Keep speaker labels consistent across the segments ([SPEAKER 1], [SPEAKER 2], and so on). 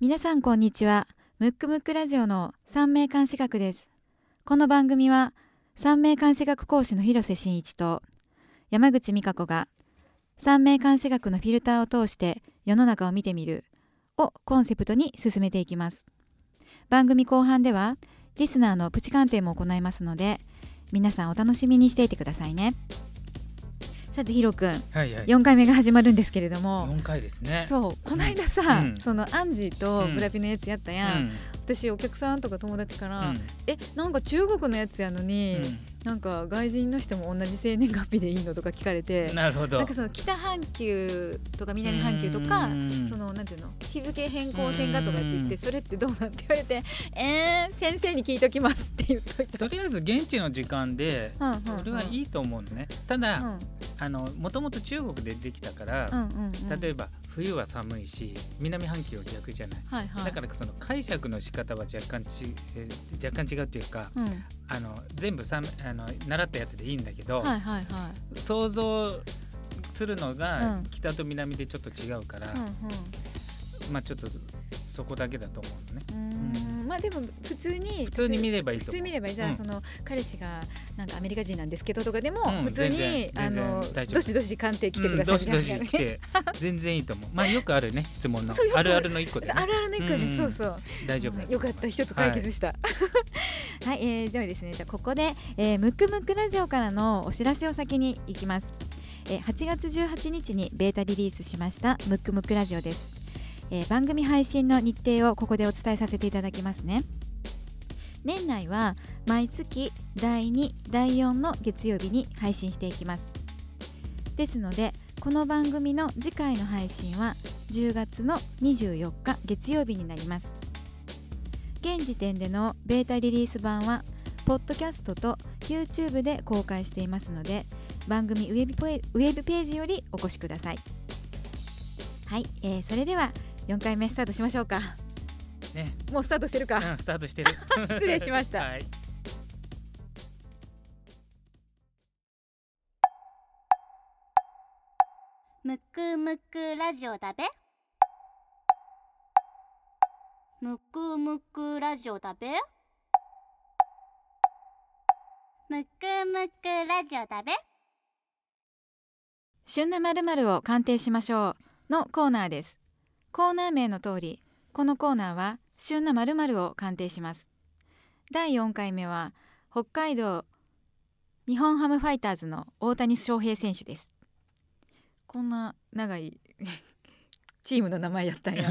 [SPEAKER 1] 皆さんこんにちはムックムックラジオの三名監視学ですこの番組は三名監視学講師の広瀬真一と山口美香子が三名監視学のフィルターを通して世の中を見てみるをコンセプトに進めていきます番組後半ではリスナーのプチ鑑定も行いますので皆さんお楽しみにしていてくださいねさてヒロ君
[SPEAKER 2] はいはい。
[SPEAKER 1] 4回目が始まるんですけれども
[SPEAKER 2] 四回ですね。う。
[SPEAKER 1] そうこの間さ、
[SPEAKER 2] うん
[SPEAKER 1] そのアンジーとブラピのやつやったやん、
[SPEAKER 2] ん。
[SPEAKER 1] 私お客さんとか友達から、
[SPEAKER 2] うん
[SPEAKER 1] えなんか中国のやつやのに、
[SPEAKER 2] う
[SPEAKER 1] なんか外人の人も同じ生年月日でいいのとか聞かれて
[SPEAKER 2] んなるほど。
[SPEAKER 1] なんかその北半球とか南半球とか
[SPEAKER 2] うん
[SPEAKER 1] そのなんていうの日付変更線がとかって言っ
[SPEAKER 2] う
[SPEAKER 1] て
[SPEAKER 2] ん
[SPEAKER 1] それってどうなんて言われて えー、先生に聞いときますって言っといた。
[SPEAKER 2] とりあえず現地の時間で。
[SPEAKER 1] うんうんうん
[SPEAKER 2] 俺はいいと思うのね。ただ、
[SPEAKER 1] うん
[SPEAKER 2] あの、もともと中国でできたから。
[SPEAKER 1] うんうんうん
[SPEAKER 2] 例えば、冬は寒いし、南半球は逆じゃない。
[SPEAKER 1] はいはい
[SPEAKER 2] だから、その解釈の仕方は若干ち、えー若干違うというか、
[SPEAKER 1] うん
[SPEAKER 2] あの、全部さん、あの、習ったやつでいいんだけど。
[SPEAKER 1] はいはいは
[SPEAKER 2] 想像。するの
[SPEAKER 1] う
[SPEAKER 2] が
[SPEAKER 1] ん
[SPEAKER 2] 北と南でちょっと違うから、
[SPEAKER 1] い、うん
[SPEAKER 2] まあちょっとそこだけだと思うのね。
[SPEAKER 1] うん、うーんまあでも普通に
[SPEAKER 2] 普通に見ればいい
[SPEAKER 1] 普
[SPEAKER 2] と
[SPEAKER 1] 通
[SPEAKER 2] 思
[SPEAKER 1] に
[SPEAKER 2] う。
[SPEAKER 1] 見ればいいじゃあ、
[SPEAKER 2] うん
[SPEAKER 1] その彼氏がなんかアメリカ人なんですけどとかでも、
[SPEAKER 2] うん
[SPEAKER 1] 普通に
[SPEAKER 2] 全然
[SPEAKER 1] あの
[SPEAKER 2] 全然大丈夫
[SPEAKER 1] どしどし鑑定来てください
[SPEAKER 2] うんどしどし
[SPEAKER 1] み
[SPEAKER 2] 来
[SPEAKER 1] たいなね
[SPEAKER 2] て全然いい と思うまあよくあるね質問の
[SPEAKER 1] そうよくあ
[SPEAKER 2] あ
[SPEAKER 1] る
[SPEAKER 2] るあるの一個で、ね、
[SPEAKER 1] あるあるの一個で、
[SPEAKER 2] うん
[SPEAKER 1] そうそう
[SPEAKER 2] 大丈夫だ
[SPEAKER 1] うんよかった一つ解決したはい、え ーではですねじゃあここで、えー、ムックムックラジオからのお知らせを先にいきます、えー、8月18日にベータリリースしましたムックムックラジオです、えー、番組配信の日程をここでお伝えさせていただきますね年内は毎月第2第4の月曜日に配信していきますですのでこの番組の次回の配信は10月の24日月曜日になります現時点でのベータリリース版はポッドキャストと YouTube で公開していますので番組ウェブポエウェブページよりお越しくださいはい、えーそれでは4回目スタートしましょうか
[SPEAKER 2] ね、
[SPEAKER 1] もうスタートしてるか、
[SPEAKER 2] うん、スタートしてる
[SPEAKER 1] 失礼しました
[SPEAKER 2] はい、
[SPEAKER 3] むくむくラジオだべむくむくラジオだべむくむくラジオだべ
[SPEAKER 1] 旬な〇〇を鑑定しましょうのコーナーですコーナー名の通りこのコーナーは旬な〇〇を鑑定します第4回目は北海道日本ハムファイターズの大谷翔平選手ですこんな長い チームの名前や ったんや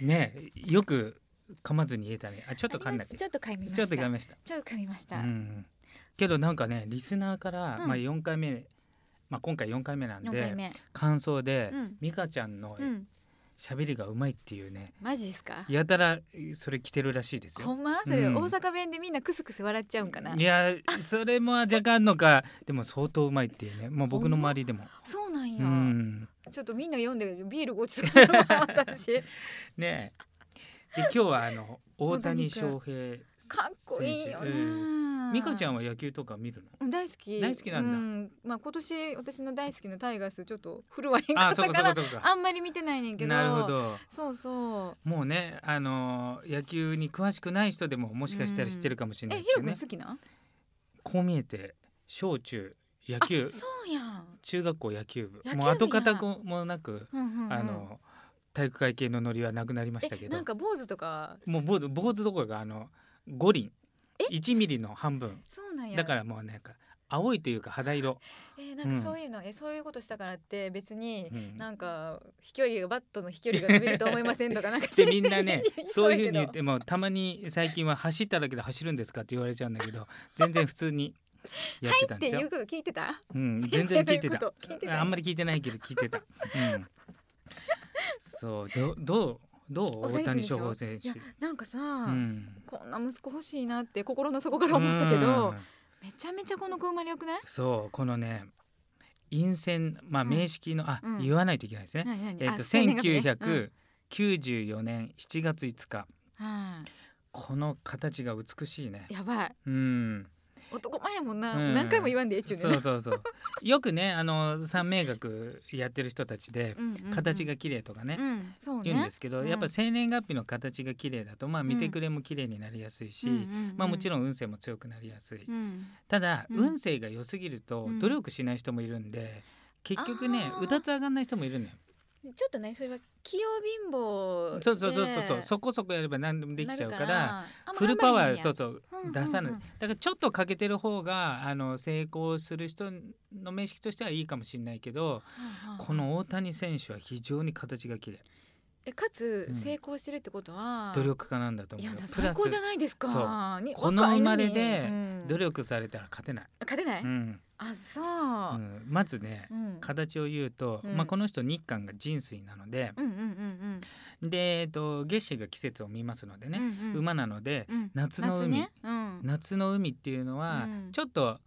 [SPEAKER 2] ねよく噛まずに言えたねあちょっと噛んだけ
[SPEAKER 1] ち
[SPEAKER 2] ど
[SPEAKER 1] ょっと噛みまし
[SPEAKER 2] ちょ
[SPEAKER 1] た
[SPEAKER 2] っと噛
[SPEAKER 1] ち
[SPEAKER 2] み
[SPEAKER 1] ょ
[SPEAKER 2] ました
[SPEAKER 1] っと噛みました、
[SPEAKER 2] うんけどなんかねリスナーから、
[SPEAKER 1] うん
[SPEAKER 2] まあ4回目まあ今回4回目なん
[SPEAKER 1] 4回
[SPEAKER 2] で
[SPEAKER 1] 目
[SPEAKER 2] 感想で、
[SPEAKER 1] うん
[SPEAKER 2] 美香ちゃんの
[SPEAKER 1] うん
[SPEAKER 2] 喋りがうまいっていうね、
[SPEAKER 1] マジですか
[SPEAKER 2] やたらそれ来てるらしいですよ
[SPEAKER 1] ほんまそれ
[SPEAKER 2] うん
[SPEAKER 1] 大阪弁でみんなクスクス笑っちゃうんかない
[SPEAKER 2] やそれも若干あんのかでも相当うまいっていうねもう僕の周りでも、
[SPEAKER 1] そうなん
[SPEAKER 2] う
[SPEAKER 1] や、
[SPEAKER 2] ん、
[SPEAKER 1] ちょっとみんな読んでるビールごちそうしたのかな 私
[SPEAKER 2] ねえで今日はあの大谷翔平
[SPEAKER 1] かっこいいよ
[SPEAKER 2] 選手
[SPEAKER 1] な
[SPEAKER 2] 美香ちゃん
[SPEAKER 1] は
[SPEAKER 2] は野球とか見るの
[SPEAKER 1] 大好き
[SPEAKER 2] 大好きなんだ
[SPEAKER 1] だまあ今年私の大好きなタイガースちょっと振るわへんか
[SPEAKER 2] あ
[SPEAKER 1] っ
[SPEAKER 2] そう
[SPEAKER 1] た
[SPEAKER 2] か
[SPEAKER 1] か
[SPEAKER 2] そう
[SPEAKER 1] ら
[SPEAKER 2] かそうか
[SPEAKER 1] あんまり見てないねんけど
[SPEAKER 2] なるほど
[SPEAKER 1] そうそう
[SPEAKER 2] もうねあの野球に詳しくない人でももしかしたら知ってるかもしれない
[SPEAKER 1] え
[SPEAKER 2] で
[SPEAKER 1] ヒ
[SPEAKER 2] すけ
[SPEAKER 1] ロ
[SPEAKER 2] ど
[SPEAKER 1] 君
[SPEAKER 2] ね
[SPEAKER 1] 好きな
[SPEAKER 2] こう見えて小中野
[SPEAKER 1] あ
[SPEAKER 2] 球
[SPEAKER 1] そうやん
[SPEAKER 2] 中学校野球部
[SPEAKER 1] 野球部
[SPEAKER 2] もう跡形
[SPEAKER 1] や
[SPEAKER 2] もなく、
[SPEAKER 1] うんうんうん
[SPEAKER 2] あの体育会系のノリはなくなりましたけ
[SPEAKER 1] え
[SPEAKER 2] ど
[SPEAKER 1] なんか坊主とか
[SPEAKER 2] もう坊主坊主どころかあの五輪1ミリの半分
[SPEAKER 1] そうなんや
[SPEAKER 2] だからもうなんか青いというか 肌色、
[SPEAKER 1] えなん
[SPEAKER 2] う
[SPEAKER 1] か
[SPEAKER 2] ん
[SPEAKER 1] そういうのえそういうことしたからって別に
[SPEAKER 2] うん
[SPEAKER 1] なんか飛距離がバットの飛距離が伸びると思いませんとかなんか
[SPEAKER 2] でみん なねそういうふうに言っ
[SPEAKER 1] けど
[SPEAKER 2] てもたまに最近は走っただけで走るんですかって言われちゃうんだ けど全然普通にやってたん
[SPEAKER 1] って
[SPEAKER 2] ですよ、
[SPEAKER 1] いうこと聞いてた
[SPEAKER 2] うん、全然聞い
[SPEAKER 1] 先生の
[SPEAKER 2] てた
[SPEAKER 1] 言うこと聞いてた
[SPEAKER 2] あんまり聞いてないけど聞いてた、うん、そうどどうどう
[SPEAKER 1] 抑え
[SPEAKER 2] 大
[SPEAKER 1] てる
[SPEAKER 2] 谷
[SPEAKER 1] でしょ
[SPEAKER 2] 翔平選
[SPEAKER 1] い
[SPEAKER 2] 手
[SPEAKER 1] やなんかさ、
[SPEAKER 2] うん
[SPEAKER 1] こんな息子欲しいなって心の底から 思ったけ
[SPEAKER 2] う
[SPEAKER 1] ど
[SPEAKER 2] ん
[SPEAKER 1] めちゃめちゃこの子生まれよくない
[SPEAKER 2] そうこのね陰線まあ
[SPEAKER 1] うん
[SPEAKER 2] 名式の、あ、
[SPEAKER 1] うん
[SPEAKER 2] 言わないといけないですね、
[SPEAKER 1] 何何
[SPEAKER 2] えっと
[SPEAKER 1] あ生年月日ね
[SPEAKER 2] 1994年7月5日
[SPEAKER 1] うんは
[SPEAKER 2] この形が美しいね
[SPEAKER 1] いやばい
[SPEAKER 2] うん
[SPEAKER 1] 男前やもんな、
[SPEAKER 2] うん
[SPEAKER 1] 何回も言わんでええっちゅうねん
[SPEAKER 2] そ
[SPEAKER 1] な
[SPEAKER 2] うそうそうよくねあの三名学やってる人たちで
[SPEAKER 1] うんうんうん
[SPEAKER 2] 形が綺麗とかね、
[SPEAKER 1] うん、そうね
[SPEAKER 2] 言うんですけど、
[SPEAKER 1] うん
[SPEAKER 2] やっぱ生年月日の形が綺麗だとまあ見てくれも綺麗になりやすいし、まあもち
[SPEAKER 1] ん、
[SPEAKER 2] ろん運勢も強くなりやすい、
[SPEAKER 3] うん
[SPEAKER 2] ただ、
[SPEAKER 3] うん
[SPEAKER 2] 運勢が良すぎると
[SPEAKER 1] うん
[SPEAKER 2] 努力しない人もいるんで結局ね
[SPEAKER 1] あー
[SPEAKER 2] うだつ上がんない人もいるのよ
[SPEAKER 1] ちょっとねそれは器用貧乏で
[SPEAKER 2] そうそうそうそうそうそこそこやれば何でもできちゃうから
[SPEAKER 1] あんま
[SPEAKER 2] フルパワーそう
[SPEAKER 1] 頑
[SPEAKER 2] そう
[SPEAKER 1] 張らへんや
[SPEAKER 2] 出さない、
[SPEAKER 1] うんうんうん
[SPEAKER 2] だからちょっと欠けてる方があの成功する人の面識としてはいいかもしれないけど、
[SPEAKER 1] うんうん
[SPEAKER 2] この大谷選手は非常に形が綺麗
[SPEAKER 1] えかつ
[SPEAKER 2] うん
[SPEAKER 1] 成功してるってことは、
[SPEAKER 2] 努力家なんだと
[SPEAKER 1] い
[SPEAKER 2] 思う
[SPEAKER 1] や
[SPEAKER 2] よ
[SPEAKER 1] だ
[SPEAKER 2] プ
[SPEAKER 1] 最
[SPEAKER 2] ラス
[SPEAKER 1] 高じゃないですかに
[SPEAKER 2] この
[SPEAKER 1] 若
[SPEAKER 2] 生
[SPEAKER 1] いの
[SPEAKER 2] ま
[SPEAKER 1] に
[SPEAKER 2] れで
[SPEAKER 1] うん
[SPEAKER 2] 努力されたら勝てない、
[SPEAKER 1] 勝てない、
[SPEAKER 2] うん
[SPEAKER 1] あそうう、
[SPEAKER 2] んまずね、
[SPEAKER 1] うん
[SPEAKER 2] 形を言うと、
[SPEAKER 1] うん
[SPEAKER 2] まあ、この人日韓が人水なので、
[SPEAKER 1] うんうんうん
[SPEAKER 2] で、えっと、月支が季節を見ますので
[SPEAKER 1] うん
[SPEAKER 2] ね、
[SPEAKER 1] うんうん
[SPEAKER 2] 馬なので
[SPEAKER 1] うん
[SPEAKER 2] 夏の海
[SPEAKER 1] ねう
[SPEAKER 2] 夏,、
[SPEAKER 1] ん、
[SPEAKER 2] の海っていうのは、
[SPEAKER 1] うん
[SPEAKER 2] ちょっと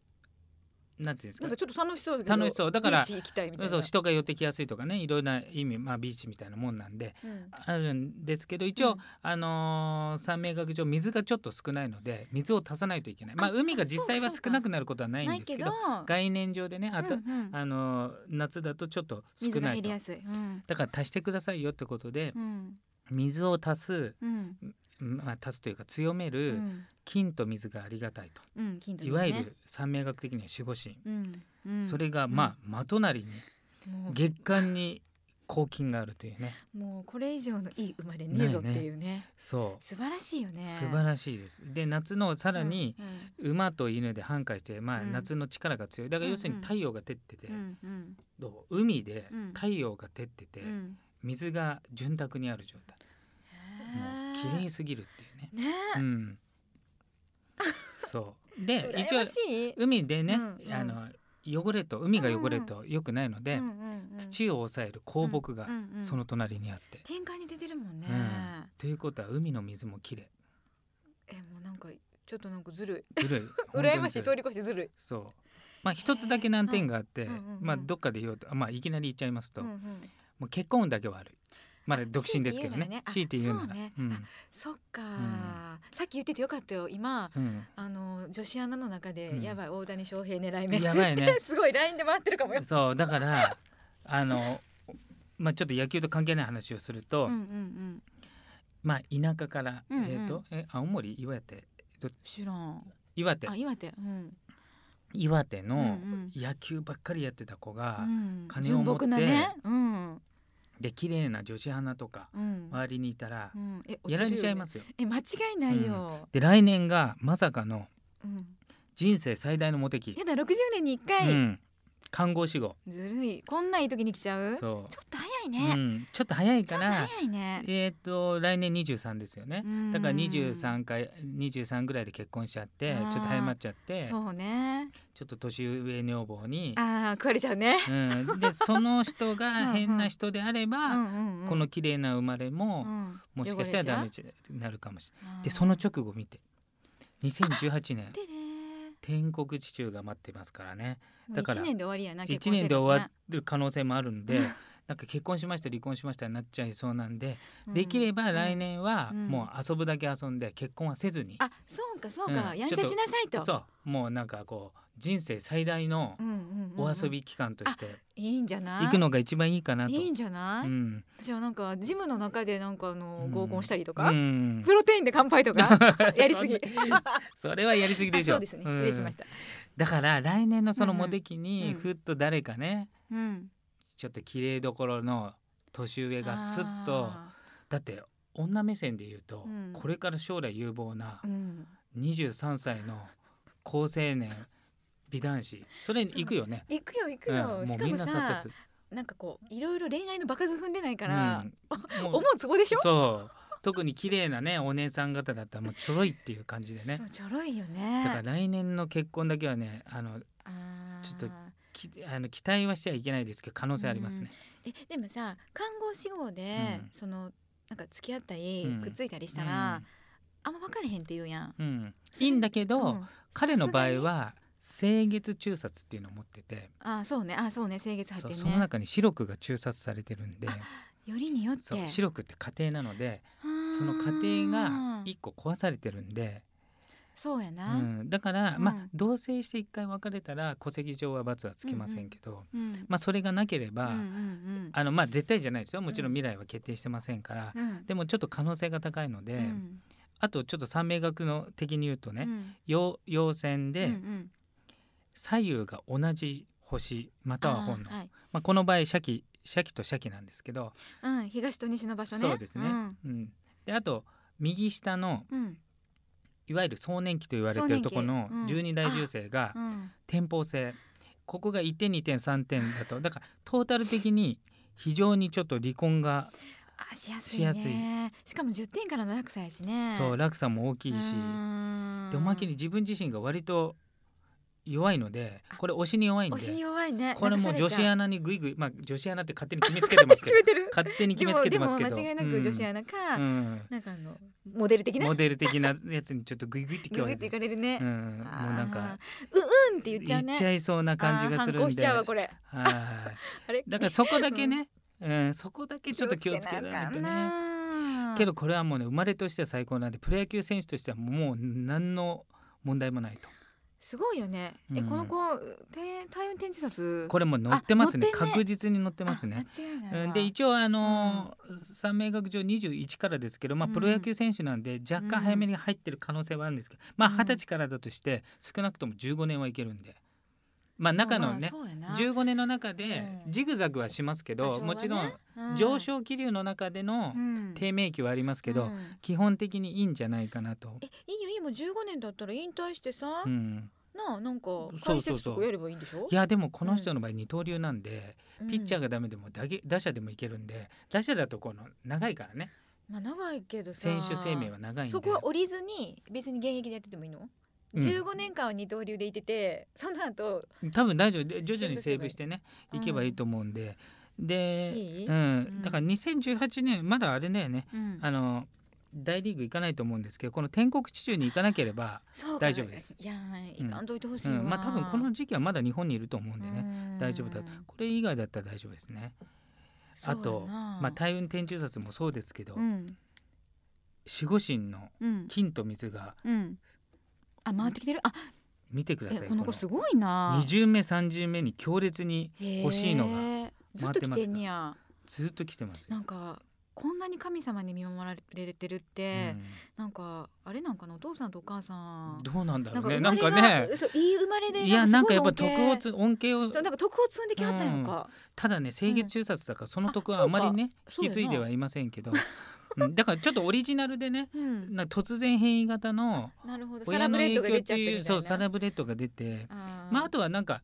[SPEAKER 2] なんていうんですか
[SPEAKER 1] なんかちょっと楽しそうだけど
[SPEAKER 2] 楽しそうだから
[SPEAKER 1] ビーチ行きたいみたいな
[SPEAKER 2] そう人が寄ってきやすいとかねいろいろな意味、まあ、ビーチみたいなもんなんで
[SPEAKER 1] うん
[SPEAKER 2] あるんですけど一
[SPEAKER 1] う
[SPEAKER 2] 応、
[SPEAKER 1] ん
[SPEAKER 2] あのー三名学上水がちょっと少ないので水を足さないといけないまあ
[SPEAKER 1] あ
[SPEAKER 2] 海が実際は
[SPEAKER 1] そうかそうか
[SPEAKER 2] 少なくなることはないん
[SPEAKER 1] な
[SPEAKER 2] で
[SPEAKER 1] い
[SPEAKER 2] すけ
[SPEAKER 1] け
[SPEAKER 2] ど
[SPEAKER 1] ど
[SPEAKER 2] 概念上でねあと、
[SPEAKER 1] うんうん
[SPEAKER 2] あのー夏だとちょっと少
[SPEAKER 1] 水が
[SPEAKER 2] な
[SPEAKER 1] 減
[SPEAKER 2] いと
[SPEAKER 1] りやすい、うん
[SPEAKER 2] だから足してくださいよってことで
[SPEAKER 1] う、ん
[SPEAKER 2] 水を足す、
[SPEAKER 1] うん
[SPEAKER 2] まあ、足すというか強め
[SPEAKER 1] う
[SPEAKER 2] る
[SPEAKER 1] ん
[SPEAKER 2] 金と水がありがたいと、
[SPEAKER 1] うん、金と
[SPEAKER 2] い
[SPEAKER 1] 水ね
[SPEAKER 2] わゆる三名学的には守護神、
[SPEAKER 1] うんうん、
[SPEAKER 2] それがまあ真隣に
[SPEAKER 1] もう
[SPEAKER 2] 月間に黄金があるというね
[SPEAKER 1] もうこれ以上のいい生まれねえぞっていうね
[SPEAKER 2] そ
[SPEAKER 1] 素晴らしいよ
[SPEAKER 2] う
[SPEAKER 1] ね
[SPEAKER 2] 素晴らしいです。で夏のさらに
[SPEAKER 1] うん
[SPEAKER 2] 馬と犬で反対して、まあ、
[SPEAKER 1] うん
[SPEAKER 2] 夏の力が強いだから要するに太陽が照ってて、
[SPEAKER 1] うんうん
[SPEAKER 2] どう海で
[SPEAKER 1] うん
[SPEAKER 2] 太陽が照ってて、
[SPEAKER 1] うんうん
[SPEAKER 2] 水が潤沢にある状態もう綺
[SPEAKER 1] へ
[SPEAKER 2] 麗すぎるっていうね。
[SPEAKER 1] えね
[SPEAKER 2] う
[SPEAKER 1] え
[SPEAKER 2] ん、そうで一
[SPEAKER 1] 羨ま
[SPEAKER 2] 応
[SPEAKER 1] しい
[SPEAKER 2] 海でね、
[SPEAKER 1] うんうん
[SPEAKER 2] あの汚れと海が汚れと良くないので、
[SPEAKER 1] うんうんうん
[SPEAKER 2] 土を抑える香木が
[SPEAKER 1] うんうんうん
[SPEAKER 2] その隣にあって、
[SPEAKER 1] 天界に出てるもんね、
[SPEAKER 2] うんということは海の水もきれ
[SPEAKER 1] えもうなんかちょっとなんかずる
[SPEAKER 2] いずる
[SPEAKER 1] い
[SPEAKER 2] い
[SPEAKER 1] 羨ましい通
[SPEAKER 2] 本当にずる
[SPEAKER 1] り越してずるい
[SPEAKER 2] そうまあ一つだけ難点があって、
[SPEAKER 1] うんうんうん
[SPEAKER 2] まあどっかで言おうとあまあいきなり言っちゃいますと、
[SPEAKER 1] うんうん
[SPEAKER 2] もう結婚運だけは悪いまだ独身ですけどね
[SPEAKER 1] あ
[SPEAKER 2] 強
[SPEAKER 1] 強
[SPEAKER 2] い
[SPEAKER 1] いて
[SPEAKER 2] て言
[SPEAKER 1] 言
[SPEAKER 2] う
[SPEAKER 1] う
[SPEAKER 2] な
[SPEAKER 1] な
[SPEAKER 2] ら
[SPEAKER 1] らね
[SPEAKER 2] うん
[SPEAKER 1] そっかー、さっき言っててよかったよ今
[SPEAKER 2] うん
[SPEAKER 1] あの女子アナの中で、
[SPEAKER 2] うん
[SPEAKER 1] やばい大谷翔平狙い目
[SPEAKER 2] やばいね
[SPEAKER 1] って すごいラインで回ってるかもよ。
[SPEAKER 2] そうだからあのまあちょっと野球と関係ない話をすると、
[SPEAKER 1] うんうんうん。
[SPEAKER 2] まあ田舎から、
[SPEAKER 1] うんうん
[SPEAKER 2] えっ、とえ青森岩手
[SPEAKER 1] 知らん。
[SPEAKER 2] 岩手
[SPEAKER 1] あ岩手。うん。
[SPEAKER 2] 岩手
[SPEAKER 1] うんう
[SPEAKER 2] の
[SPEAKER 1] ん
[SPEAKER 2] 野球ばっかりやってた子が、
[SPEAKER 1] うん
[SPEAKER 2] 金を持って
[SPEAKER 1] 純朴なね。うん
[SPEAKER 2] で綺麗な女子花とか
[SPEAKER 1] うん。
[SPEAKER 2] 周りにいたら
[SPEAKER 1] う、んえ。
[SPEAKER 2] やられちゃいますすよ。
[SPEAKER 1] え間違いないよ。
[SPEAKER 2] で来年がまさかの
[SPEAKER 1] うん。
[SPEAKER 2] 人生最大のモテ期、
[SPEAKER 1] やだ60年に一
[SPEAKER 2] う
[SPEAKER 1] 回。
[SPEAKER 2] ん、看護師号
[SPEAKER 1] ずるい。こんないい時に来ちゃう。ちょっ
[SPEAKER 2] そ、
[SPEAKER 1] と早いう
[SPEAKER 2] う
[SPEAKER 1] ね。
[SPEAKER 2] ん、ちょっと早い
[SPEAKER 1] ち
[SPEAKER 2] か
[SPEAKER 1] ょっと
[SPEAKER 2] ら
[SPEAKER 1] 早いね。
[SPEAKER 2] えっ、と来年23ですよね。だから23回23ぐらいで結婚しちゃって
[SPEAKER 1] あ
[SPEAKER 2] ちょ
[SPEAKER 1] ー
[SPEAKER 2] っと早まっちゃっ
[SPEAKER 1] うん。
[SPEAKER 2] て
[SPEAKER 1] そうね。
[SPEAKER 2] ちょっと年上女房に、
[SPEAKER 1] ああ食われちゃうね。
[SPEAKER 2] うん、でその人が変な人であれば、
[SPEAKER 1] うんうんうん
[SPEAKER 2] この綺麗な生まれも、
[SPEAKER 1] うん
[SPEAKER 2] もしかしたらダ
[SPEAKER 1] 汚
[SPEAKER 2] メー
[SPEAKER 1] れち
[SPEAKER 2] ジになるかもしれない。
[SPEAKER 1] ゃう
[SPEAKER 2] でその直後見て2018年
[SPEAKER 1] でね
[SPEAKER 2] 天国地中が待ってますからね
[SPEAKER 1] もう
[SPEAKER 2] だから
[SPEAKER 1] 一年で終わりやな
[SPEAKER 2] 1年で終わ
[SPEAKER 1] っ
[SPEAKER 2] る可能性もあるんで
[SPEAKER 1] うん
[SPEAKER 2] なんか結婚しました離婚しましたになっちゃいそうなんで、
[SPEAKER 1] て
[SPEAKER 2] できれば来年は
[SPEAKER 1] うん
[SPEAKER 2] もう遊ぶだけ遊んで結婚はせずに、
[SPEAKER 1] あそうかそうか、
[SPEAKER 2] うん
[SPEAKER 1] やんちゃしなさいと
[SPEAKER 2] そうもうなんかこう人生最大の
[SPEAKER 1] うんうんうんうん
[SPEAKER 2] お遊び期間として
[SPEAKER 1] いいんじゃない
[SPEAKER 2] 行くのが一番いいかなと。
[SPEAKER 1] いいんじゃない、
[SPEAKER 2] うん
[SPEAKER 1] じゃあなんかジムの中でなんかあの
[SPEAKER 2] うん
[SPEAKER 1] 合コンしたりとか、
[SPEAKER 2] うん
[SPEAKER 1] プ、ロテインで乾杯と か やりすぎ
[SPEAKER 2] それはやりすぎでしょ、
[SPEAKER 1] あそうですね失礼しましたた、
[SPEAKER 2] うんだから来年のそのモテ期に
[SPEAKER 1] うんうん
[SPEAKER 2] ふっと誰かね、
[SPEAKER 1] うん、
[SPEAKER 2] ちょっと綺麗どころの年上がスッと
[SPEAKER 1] あ
[SPEAKER 2] だって女目線で言うと、
[SPEAKER 1] うん
[SPEAKER 2] これから将来有望な
[SPEAKER 1] ーうん
[SPEAKER 2] 23歳の高青年美男子それに行くよね。
[SPEAKER 1] 行くよ行くよ、
[SPEAKER 2] うん、も
[SPEAKER 1] し
[SPEAKER 2] う
[SPEAKER 1] か
[SPEAKER 2] みん
[SPEAKER 1] も
[SPEAKER 2] なサッと
[SPEAKER 1] さ
[SPEAKER 2] する
[SPEAKER 1] なんかこういろいろ恋愛の場数踏んでないから、
[SPEAKER 2] うんも
[SPEAKER 1] 思うツボでしょ
[SPEAKER 2] そう特に綺麗なねお姉さん方だったらもうちょろいっていう感じでね
[SPEAKER 1] そうちょろいよ
[SPEAKER 2] だから
[SPEAKER 1] ね
[SPEAKER 2] 来年の結婚だけはねあの
[SPEAKER 1] あー
[SPEAKER 2] ちょっときあの期待はしちゃいけないですけど可能性ありますね。
[SPEAKER 1] えでもさ看護師号で、
[SPEAKER 2] うん
[SPEAKER 1] そのなんか付き合ったり、
[SPEAKER 2] うん
[SPEAKER 1] くっついたりしたら、あんま分かれへんって言うやん。
[SPEAKER 2] うん、うんいいんだけど、
[SPEAKER 1] うん
[SPEAKER 2] 彼の場合は清月中殺っていうのを持ってて、
[SPEAKER 1] あそうねあそうね清月入っ
[SPEAKER 2] そ
[SPEAKER 1] て
[SPEAKER 2] う
[SPEAKER 1] る
[SPEAKER 2] その
[SPEAKER 1] ね
[SPEAKER 2] 中に白くが中殺されてるんで
[SPEAKER 1] よりによって
[SPEAKER 2] そう白くって家庭なので
[SPEAKER 1] そ
[SPEAKER 2] その家庭が一個壊されてるんで
[SPEAKER 1] そうや
[SPEAKER 2] う
[SPEAKER 1] な、
[SPEAKER 2] ん、だから、
[SPEAKER 1] うん
[SPEAKER 2] まあ同棲して一回別れたら戸籍上は罰はつきませんけど、
[SPEAKER 3] うん
[SPEAKER 2] まあそれがなければ、
[SPEAKER 3] うんうん
[SPEAKER 2] あのまあ絶対じゃないですよもちろん
[SPEAKER 3] うん
[SPEAKER 2] 未来は決定してませんから、
[SPEAKER 3] うんうん
[SPEAKER 2] でもちょっと可能性が高いので、
[SPEAKER 3] うん
[SPEAKER 2] あとちょっと三名学の的に言うとね、
[SPEAKER 3] うん
[SPEAKER 2] 陽陽線
[SPEAKER 3] う
[SPEAKER 2] で
[SPEAKER 3] ん
[SPEAKER 2] 左右が同じ星または本能、
[SPEAKER 1] あーはい
[SPEAKER 2] まあ、この場合シャキシャキとシャキなんですけど、
[SPEAKER 1] うん、東と西の場所ね
[SPEAKER 2] そうですね、
[SPEAKER 1] うん
[SPEAKER 2] うん、であと右下の
[SPEAKER 1] うん
[SPEAKER 2] いわゆる壮年期と言われてるところの
[SPEAKER 1] 壮年期うん
[SPEAKER 2] 12代重星が
[SPEAKER 1] うん
[SPEAKER 2] 天保星、ここが1点2点3点だとだからトータル的に非常にちょっと離婚が、
[SPEAKER 1] あしやすいね
[SPEAKER 2] しやすい
[SPEAKER 1] しかも10点からの落差やしね
[SPEAKER 2] そう
[SPEAKER 1] ラ
[SPEAKER 2] 落差も大きいし、でおまけに自分自身が割と弱いのでこれ推しに弱いんで
[SPEAKER 1] 押しに弱いね
[SPEAKER 2] これもう女子
[SPEAKER 1] ナ
[SPEAKER 2] アナにぐいぐいまあ女子アナって勝手に決めつけてますけ
[SPEAKER 1] 決
[SPEAKER 2] ど
[SPEAKER 1] めてる
[SPEAKER 2] 勝手に決めつけてますけど
[SPEAKER 1] でもでも間違いなく女子ア
[SPEAKER 2] ナ、
[SPEAKER 1] ナか、
[SPEAKER 2] うん
[SPEAKER 1] なんかあのモデル的な
[SPEAKER 2] モデル的なやつにちょっとグイグイって
[SPEAKER 1] グ
[SPEAKER 2] 言わ
[SPEAKER 1] グっ
[SPEAKER 2] れ
[SPEAKER 1] て
[SPEAKER 2] て
[SPEAKER 1] いかれるね、あ
[SPEAKER 2] うん、もう
[SPEAKER 1] ー
[SPEAKER 2] なんか
[SPEAKER 1] ううんって言っちゃうね
[SPEAKER 2] 言っちゃいそうな感じがするん
[SPEAKER 1] あー反抗し
[SPEAKER 2] で
[SPEAKER 1] ちゃうわこれ
[SPEAKER 2] はい
[SPEAKER 1] あれ
[SPEAKER 2] だからそこだ けね、うん、そこだけちょっと気をつけないとね。
[SPEAKER 1] ね
[SPEAKER 2] けどこれはもうね生まれとしては最高なんでプロ野球選手としてはもう何の問題もないと
[SPEAKER 1] すごいよね、え
[SPEAKER 2] うん
[SPEAKER 1] この子てタイム展示札
[SPEAKER 2] こ
[SPEAKER 1] れ
[SPEAKER 2] れもう載ってますね
[SPEAKER 1] あ載ってんね
[SPEAKER 2] 確実に載ってますね。
[SPEAKER 1] 間違いないわ、
[SPEAKER 2] うんで一応あのー三名学上21からですけど、まあ、
[SPEAKER 1] うん
[SPEAKER 2] プロ野球選手なんで若干早めに入ってる可能性はあるんですけど、まあ、
[SPEAKER 1] うん
[SPEAKER 2] 20歳からだとして少なくとも15年はいけるんで、まあ、中のね
[SPEAKER 1] まあまあそうやな
[SPEAKER 2] 15年の中で
[SPEAKER 1] うん
[SPEAKER 2] ジグザグはしますけ
[SPEAKER 1] 多
[SPEAKER 2] ど、
[SPEAKER 1] 少はね
[SPEAKER 2] もちろん
[SPEAKER 1] うん
[SPEAKER 2] 上昇気流の中での
[SPEAKER 1] うん
[SPEAKER 2] 低迷期はありますけ
[SPEAKER 1] う
[SPEAKER 2] ど、
[SPEAKER 1] ん
[SPEAKER 2] 基本的にいいんじゃないかなと。
[SPEAKER 1] えいいよいいよもう15年だったら引退してさ、
[SPEAKER 2] うん、
[SPEAKER 1] なあなんか
[SPEAKER 2] うそうそう
[SPEAKER 1] 解説とかやればいいんでしょ
[SPEAKER 2] いやでもこの人の場合二刀流なんで、
[SPEAKER 1] うん
[SPEAKER 2] ピッチャーがダメでも打撃打者でもいけるんで打者だとこの長いからね
[SPEAKER 1] まあ長いけどさ
[SPEAKER 2] 選手生命は長いんで
[SPEAKER 1] そこは降りずに別に現役でやっててもいいの、
[SPEAKER 2] うん
[SPEAKER 1] 15年間は二刀流でいててその後
[SPEAKER 2] 多分大丈夫で徐
[SPEAKER 1] セー
[SPEAKER 2] 々
[SPEAKER 1] ブ
[SPEAKER 2] にセーブしてね
[SPEAKER 1] うん
[SPEAKER 2] いけばいいと思うんで、で
[SPEAKER 1] いい
[SPEAKER 2] うん、だから2018年まだあれだよね
[SPEAKER 1] うん
[SPEAKER 2] あの大リーグ行かないと思うんですけどこの天国地中に行かなければ、
[SPEAKER 1] そうか
[SPEAKER 2] 大丈夫です
[SPEAKER 1] いや
[SPEAKER 2] う
[SPEAKER 1] ーい
[SPEAKER 2] ん
[SPEAKER 1] かんといてほし
[SPEAKER 2] う
[SPEAKER 1] いわ、
[SPEAKER 2] ん、まあ多分この時期はまだ日本にいると思うんでね、
[SPEAKER 1] ね
[SPEAKER 2] 大丈夫だとこれ以外だったら大丈夫ですね。あとまあ大運転中札もそうですけど、
[SPEAKER 1] うん
[SPEAKER 2] 守護神の
[SPEAKER 1] うん
[SPEAKER 2] 金と水が
[SPEAKER 1] うんあ回ってきてるあ
[SPEAKER 2] 見てくだ
[SPEAKER 1] え
[SPEAKER 2] さい
[SPEAKER 1] この子すごいな
[SPEAKER 2] 二十目三十目に強烈に
[SPEAKER 1] 欲
[SPEAKER 2] 欲しいのが
[SPEAKER 1] ずっと来てんねや
[SPEAKER 2] ずっと来てますよ。
[SPEAKER 1] なんかこんなに神様に見守られてるって、なんかあれなんかなお父さんとお母さ
[SPEAKER 2] うん
[SPEAKER 1] ん
[SPEAKER 2] どうなんだろうね
[SPEAKER 1] 生ま
[SPEAKER 2] な
[SPEAKER 1] れ
[SPEAKER 2] んか
[SPEAKER 1] が
[SPEAKER 2] ね
[SPEAKER 1] そういい生まれで
[SPEAKER 2] いやなんかやっぱ
[SPEAKER 1] すご
[SPEAKER 2] 徳
[SPEAKER 1] い
[SPEAKER 2] を
[SPEAKER 1] 恩恵
[SPEAKER 2] つ恩恵を
[SPEAKER 1] そうなんか徳を積んできはったんやんか、
[SPEAKER 2] ただね清月中殺だからその徳
[SPEAKER 1] あそ
[SPEAKER 2] はあ
[SPEAKER 1] うか
[SPEAKER 2] まりね
[SPEAKER 1] そう
[SPEAKER 2] 引
[SPEAKER 1] やな
[SPEAKER 2] き継いではいませんけど、うん、だからちょっとオリジナルでね
[SPEAKER 1] うん
[SPEAKER 2] な突然変異型の
[SPEAKER 1] なるほどサ
[SPEAKER 2] 親
[SPEAKER 1] ラブ
[SPEAKER 2] の
[SPEAKER 1] レッドが
[SPEAKER 2] 影響
[SPEAKER 1] 出
[SPEAKER 2] っ
[SPEAKER 1] ちゃ
[SPEAKER 2] て
[SPEAKER 1] ってる
[SPEAKER 2] い
[SPEAKER 1] みたいな
[SPEAKER 2] うそうサラブレッドが出て
[SPEAKER 1] あー
[SPEAKER 2] まああとはなんか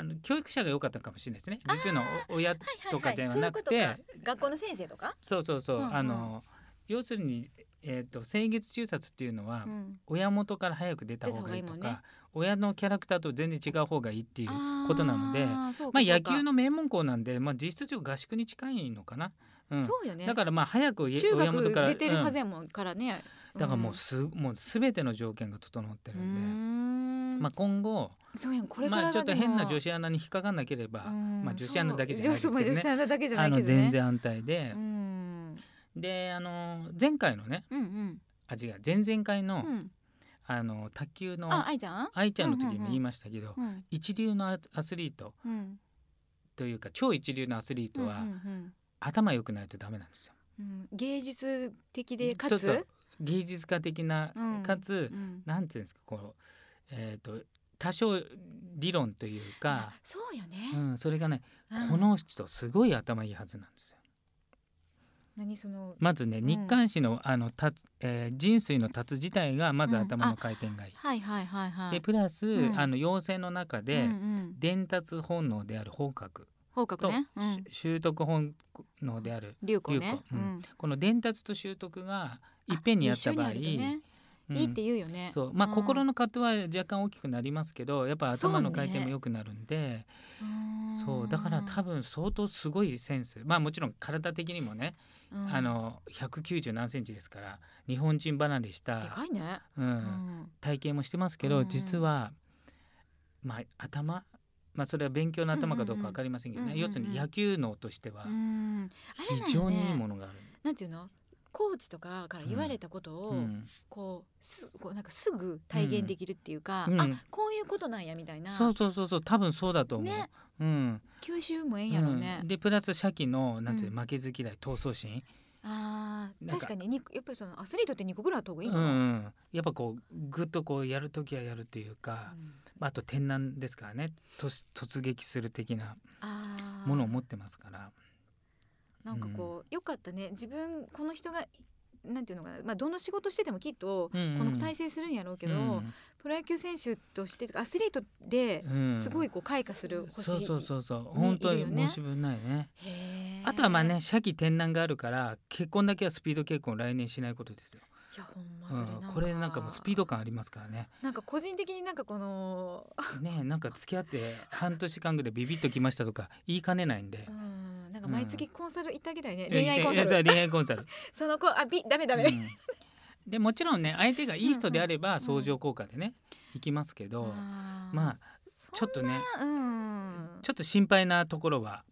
[SPEAKER 2] あの教育者が良かったかもしれないですね実のお親とかじゃなくて、
[SPEAKER 1] はいはいはいそういうことか学校の先生とか、
[SPEAKER 2] そうそうそう、
[SPEAKER 1] うんうん
[SPEAKER 2] あの要するに、えー、と清月中殺っていうのは、
[SPEAKER 1] うん
[SPEAKER 2] 親元から早く出た方がいいとか
[SPEAKER 1] 出た方がいいもんね
[SPEAKER 2] 親のキャラクターと全然違う方がいいっていうことなので
[SPEAKER 1] あーそうか
[SPEAKER 2] まあ、
[SPEAKER 1] そう
[SPEAKER 2] 野
[SPEAKER 1] か
[SPEAKER 2] 球の名門校なんで、まあ、実質上合宿に近いのかな、うん
[SPEAKER 1] そうよね
[SPEAKER 2] だからまあ早く家
[SPEAKER 1] 中
[SPEAKER 2] 親元から
[SPEAKER 1] 学出てるは
[SPEAKER 2] うん
[SPEAKER 1] ずやもんからね、
[SPEAKER 2] だからもうすもう全ての条件が整ってる
[SPEAKER 1] うん
[SPEAKER 2] で、
[SPEAKER 1] ん
[SPEAKER 2] まあ、今後、
[SPEAKER 1] そうやんこれから
[SPEAKER 2] ま
[SPEAKER 1] が
[SPEAKER 2] あ、ちょっと変な女
[SPEAKER 1] 子
[SPEAKER 2] 子アナに引っかかんなければ、まあ、女子アナだけじゃないですけど
[SPEAKER 1] 女
[SPEAKER 2] ね
[SPEAKER 1] 子アナだけじゃな
[SPEAKER 2] あ
[SPEAKER 1] いけどね
[SPEAKER 2] の全然安泰で
[SPEAKER 1] う、ん
[SPEAKER 2] であの前回のね
[SPEAKER 1] うんうん
[SPEAKER 2] あ違う前々回の,、
[SPEAKER 1] うん
[SPEAKER 2] あの卓球の
[SPEAKER 1] あ愛ちゃん
[SPEAKER 2] 愛ちゃんの時
[SPEAKER 1] うんうんうん
[SPEAKER 2] に言いましたけど、
[SPEAKER 1] うん
[SPEAKER 2] 一流のアアスリート
[SPEAKER 1] うん
[SPEAKER 2] というか超一流のアスリートは、
[SPEAKER 1] うんうん
[SPEAKER 2] 頭良くないとダメなんですよ。
[SPEAKER 1] うんうん芸術的でかつ
[SPEAKER 2] そうそう芸術家的な、
[SPEAKER 1] うん
[SPEAKER 2] かつ
[SPEAKER 1] うん
[SPEAKER 2] なんていうんですかこの、えー、と多少理論というか
[SPEAKER 1] あ、そうよね、
[SPEAKER 2] うん、それがね、
[SPEAKER 1] うん
[SPEAKER 2] この人すごい頭いいはずなんですよ。
[SPEAKER 1] 何その
[SPEAKER 2] まずね
[SPEAKER 1] うん
[SPEAKER 2] 日刊誌の,、あのたえー人水の達自体がまず
[SPEAKER 1] うん
[SPEAKER 2] 頭の回転がいい。
[SPEAKER 1] はいはいはいはい
[SPEAKER 2] でプラス、
[SPEAKER 1] うん
[SPEAKER 2] あの妖精の中で、
[SPEAKER 1] うんうん、
[SPEAKER 2] 伝達本能である方角
[SPEAKER 1] 方角
[SPEAKER 2] と、
[SPEAKER 1] ね、う
[SPEAKER 2] し
[SPEAKER 1] ん、
[SPEAKER 2] 習得本能である
[SPEAKER 1] 流行ね
[SPEAKER 2] 流行うんこの伝達と習得がいっぺんにやった場合
[SPEAKER 1] あ一緒にやるとね
[SPEAKER 2] うん
[SPEAKER 1] いいって言うよね
[SPEAKER 2] そうまあ、
[SPEAKER 1] うん
[SPEAKER 2] 心の葛藤は若干大きくなりますけどやっぱ頭の回転
[SPEAKER 1] そう
[SPEAKER 2] も
[SPEAKER 1] ね
[SPEAKER 2] 良くなるんで
[SPEAKER 1] うん
[SPEAKER 2] そう,、だから多分相当すごいセンスまあもちろん体的にもね、
[SPEAKER 1] うん
[SPEAKER 2] あの190何センチですから日本人離れし
[SPEAKER 1] で
[SPEAKER 2] た、
[SPEAKER 1] かいね、
[SPEAKER 2] うん
[SPEAKER 1] うん
[SPEAKER 2] 体型もしてますけど、
[SPEAKER 1] うんうん
[SPEAKER 2] 実は、まあ、頭まあそれは勉強の頭かどうか分かりませんけどね、
[SPEAKER 1] うんうんうん
[SPEAKER 2] 要するに野球脳としては
[SPEAKER 1] うんあれなんよね
[SPEAKER 2] 非常にいいものがある、
[SPEAKER 1] なんていうのコーチとかから言われたことを、
[SPEAKER 2] うん
[SPEAKER 1] こうすこうなんかすぐ体現できるっていうか、
[SPEAKER 2] うん
[SPEAKER 1] あこういうことなんやみたいな
[SPEAKER 2] そうそうそうそう多分そうだと思う。
[SPEAKER 1] ね
[SPEAKER 2] うん
[SPEAKER 1] 吸収もええんやろうね、
[SPEAKER 2] うんでプラスシャキのなんていう
[SPEAKER 1] う
[SPEAKER 2] の負けず嫌い闘争心、
[SPEAKER 1] あー
[SPEAKER 2] なん
[SPEAKER 1] 確
[SPEAKER 2] か
[SPEAKER 1] かににやっぱりそのアスリートって2個ぐらいあった方がいい
[SPEAKER 2] うん
[SPEAKER 1] かな、
[SPEAKER 2] んやっぱこうぐっとこうやるときはやるというか、
[SPEAKER 1] うん
[SPEAKER 2] まああと天難ですからね突突撃する的な
[SPEAKER 1] あー
[SPEAKER 2] ものを持ってますから
[SPEAKER 1] なんかこう、よかったね自分この人がなんていうのかな、まあ、どの仕事しててもきっと
[SPEAKER 2] うんうん
[SPEAKER 1] この対戦するんやろうけど、プロ野球選手としてとかアスリートで
[SPEAKER 2] うん
[SPEAKER 1] すごいこう開花する星、
[SPEAKER 2] そうそうそうそう本当
[SPEAKER 1] い
[SPEAKER 2] に
[SPEAKER 1] るよね
[SPEAKER 2] 申し分ないね
[SPEAKER 1] へー
[SPEAKER 2] あとはまあねシャキ天難があるから結婚だけはスピード結婚を来年しないことですよ、
[SPEAKER 1] いやほんま
[SPEAKER 2] う
[SPEAKER 1] それなん
[SPEAKER 2] ん
[SPEAKER 1] か、
[SPEAKER 2] これなんかもうスピード感ありますからね
[SPEAKER 1] なんか個人的になんかこの
[SPEAKER 2] ねなんか付き合 って半年間ぐらいビビッときましたとか言いかねないんで
[SPEAKER 1] う。んなんか毎月コンサル行ってあげたいね、
[SPEAKER 2] いや
[SPEAKER 1] 恋愛コンサ
[SPEAKER 2] いや
[SPEAKER 1] ル
[SPEAKER 2] 恋愛コンサ ル
[SPEAKER 1] その子あびダメダメ、
[SPEAKER 2] うんでもちろんね相手がいい人であれば相乗効果でねいきますけど、
[SPEAKER 1] あー
[SPEAKER 2] まあ
[SPEAKER 1] そ
[SPEAKER 2] ちょっとね
[SPEAKER 1] んなうん
[SPEAKER 2] ちょっと心配なところは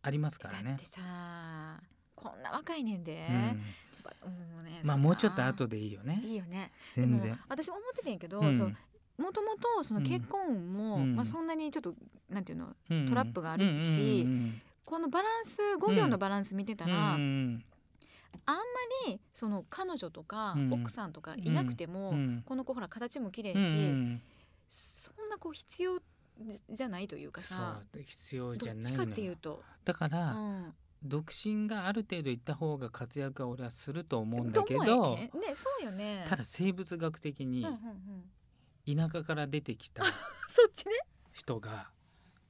[SPEAKER 2] ありますから
[SPEAKER 1] だっ
[SPEAKER 2] ね
[SPEAKER 1] て。さこんな若いねんで、
[SPEAKER 2] うん
[SPEAKER 1] もうね
[SPEAKER 2] まあ
[SPEAKER 1] そんな
[SPEAKER 2] もうちょっと後でいいよね
[SPEAKER 1] いいよねで
[SPEAKER 2] 全
[SPEAKER 1] も
[SPEAKER 2] 然。
[SPEAKER 1] 私も思ってたんやけど、
[SPEAKER 2] うん
[SPEAKER 1] そうもともとその結婚も、
[SPEAKER 2] うん
[SPEAKER 1] まあ、そんなにちょっとなんていうの
[SPEAKER 2] うん
[SPEAKER 1] トラップがあるし
[SPEAKER 2] うんうん
[SPEAKER 1] このバランス5秒のバランス見てた
[SPEAKER 2] うんうん
[SPEAKER 1] ら、
[SPEAKER 2] うん
[SPEAKER 1] にその彼女とか
[SPEAKER 2] うん
[SPEAKER 1] 奥さんとかいなくても、
[SPEAKER 2] うん
[SPEAKER 1] この子ほら形も綺麗
[SPEAKER 2] う
[SPEAKER 1] し、
[SPEAKER 2] んうん
[SPEAKER 1] そんなこう必要じじゃないというか
[SPEAKER 2] そ
[SPEAKER 1] さ
[SPEAKER 2] う必要じ
[SPEAKER 1] ど
[SPEAKER 2] ゃ
[SPEAKER 1] っ
[SPEAKER 2] ない
[SPEAKER 1] ちかって
[SPEAKER 2] の
[SPEAKER 1] い
[SPEAKER 2] よ
[SPEAKER 1] うと、
[SPEAKER 2] だか
[SPEAKER 1] う
[SPEAKER 2] ら
[SPEAKER 1] ん、
[SPEAKER 2] 独身がある程度いった方が活躍は俺はすると思うん
[SPEAKER 1] と
[SPEAKER 2] だ
[SPEAKER 1] 思
[SPEAKER 2] け
[SPEAKER 1] う
[SPEAKER 2] ど
[SPEAKER 1] よねねそうよね
[SPEAKER 2] ただ生物学的
[SPEAKER 1] うん
[SPEAKER 2] に
[SPEAKER 1] うんうん、
[SPEAKER 2] 田舎から出てきた
[SPEAKER 1] そっちね
[SPEAKER 2] 人が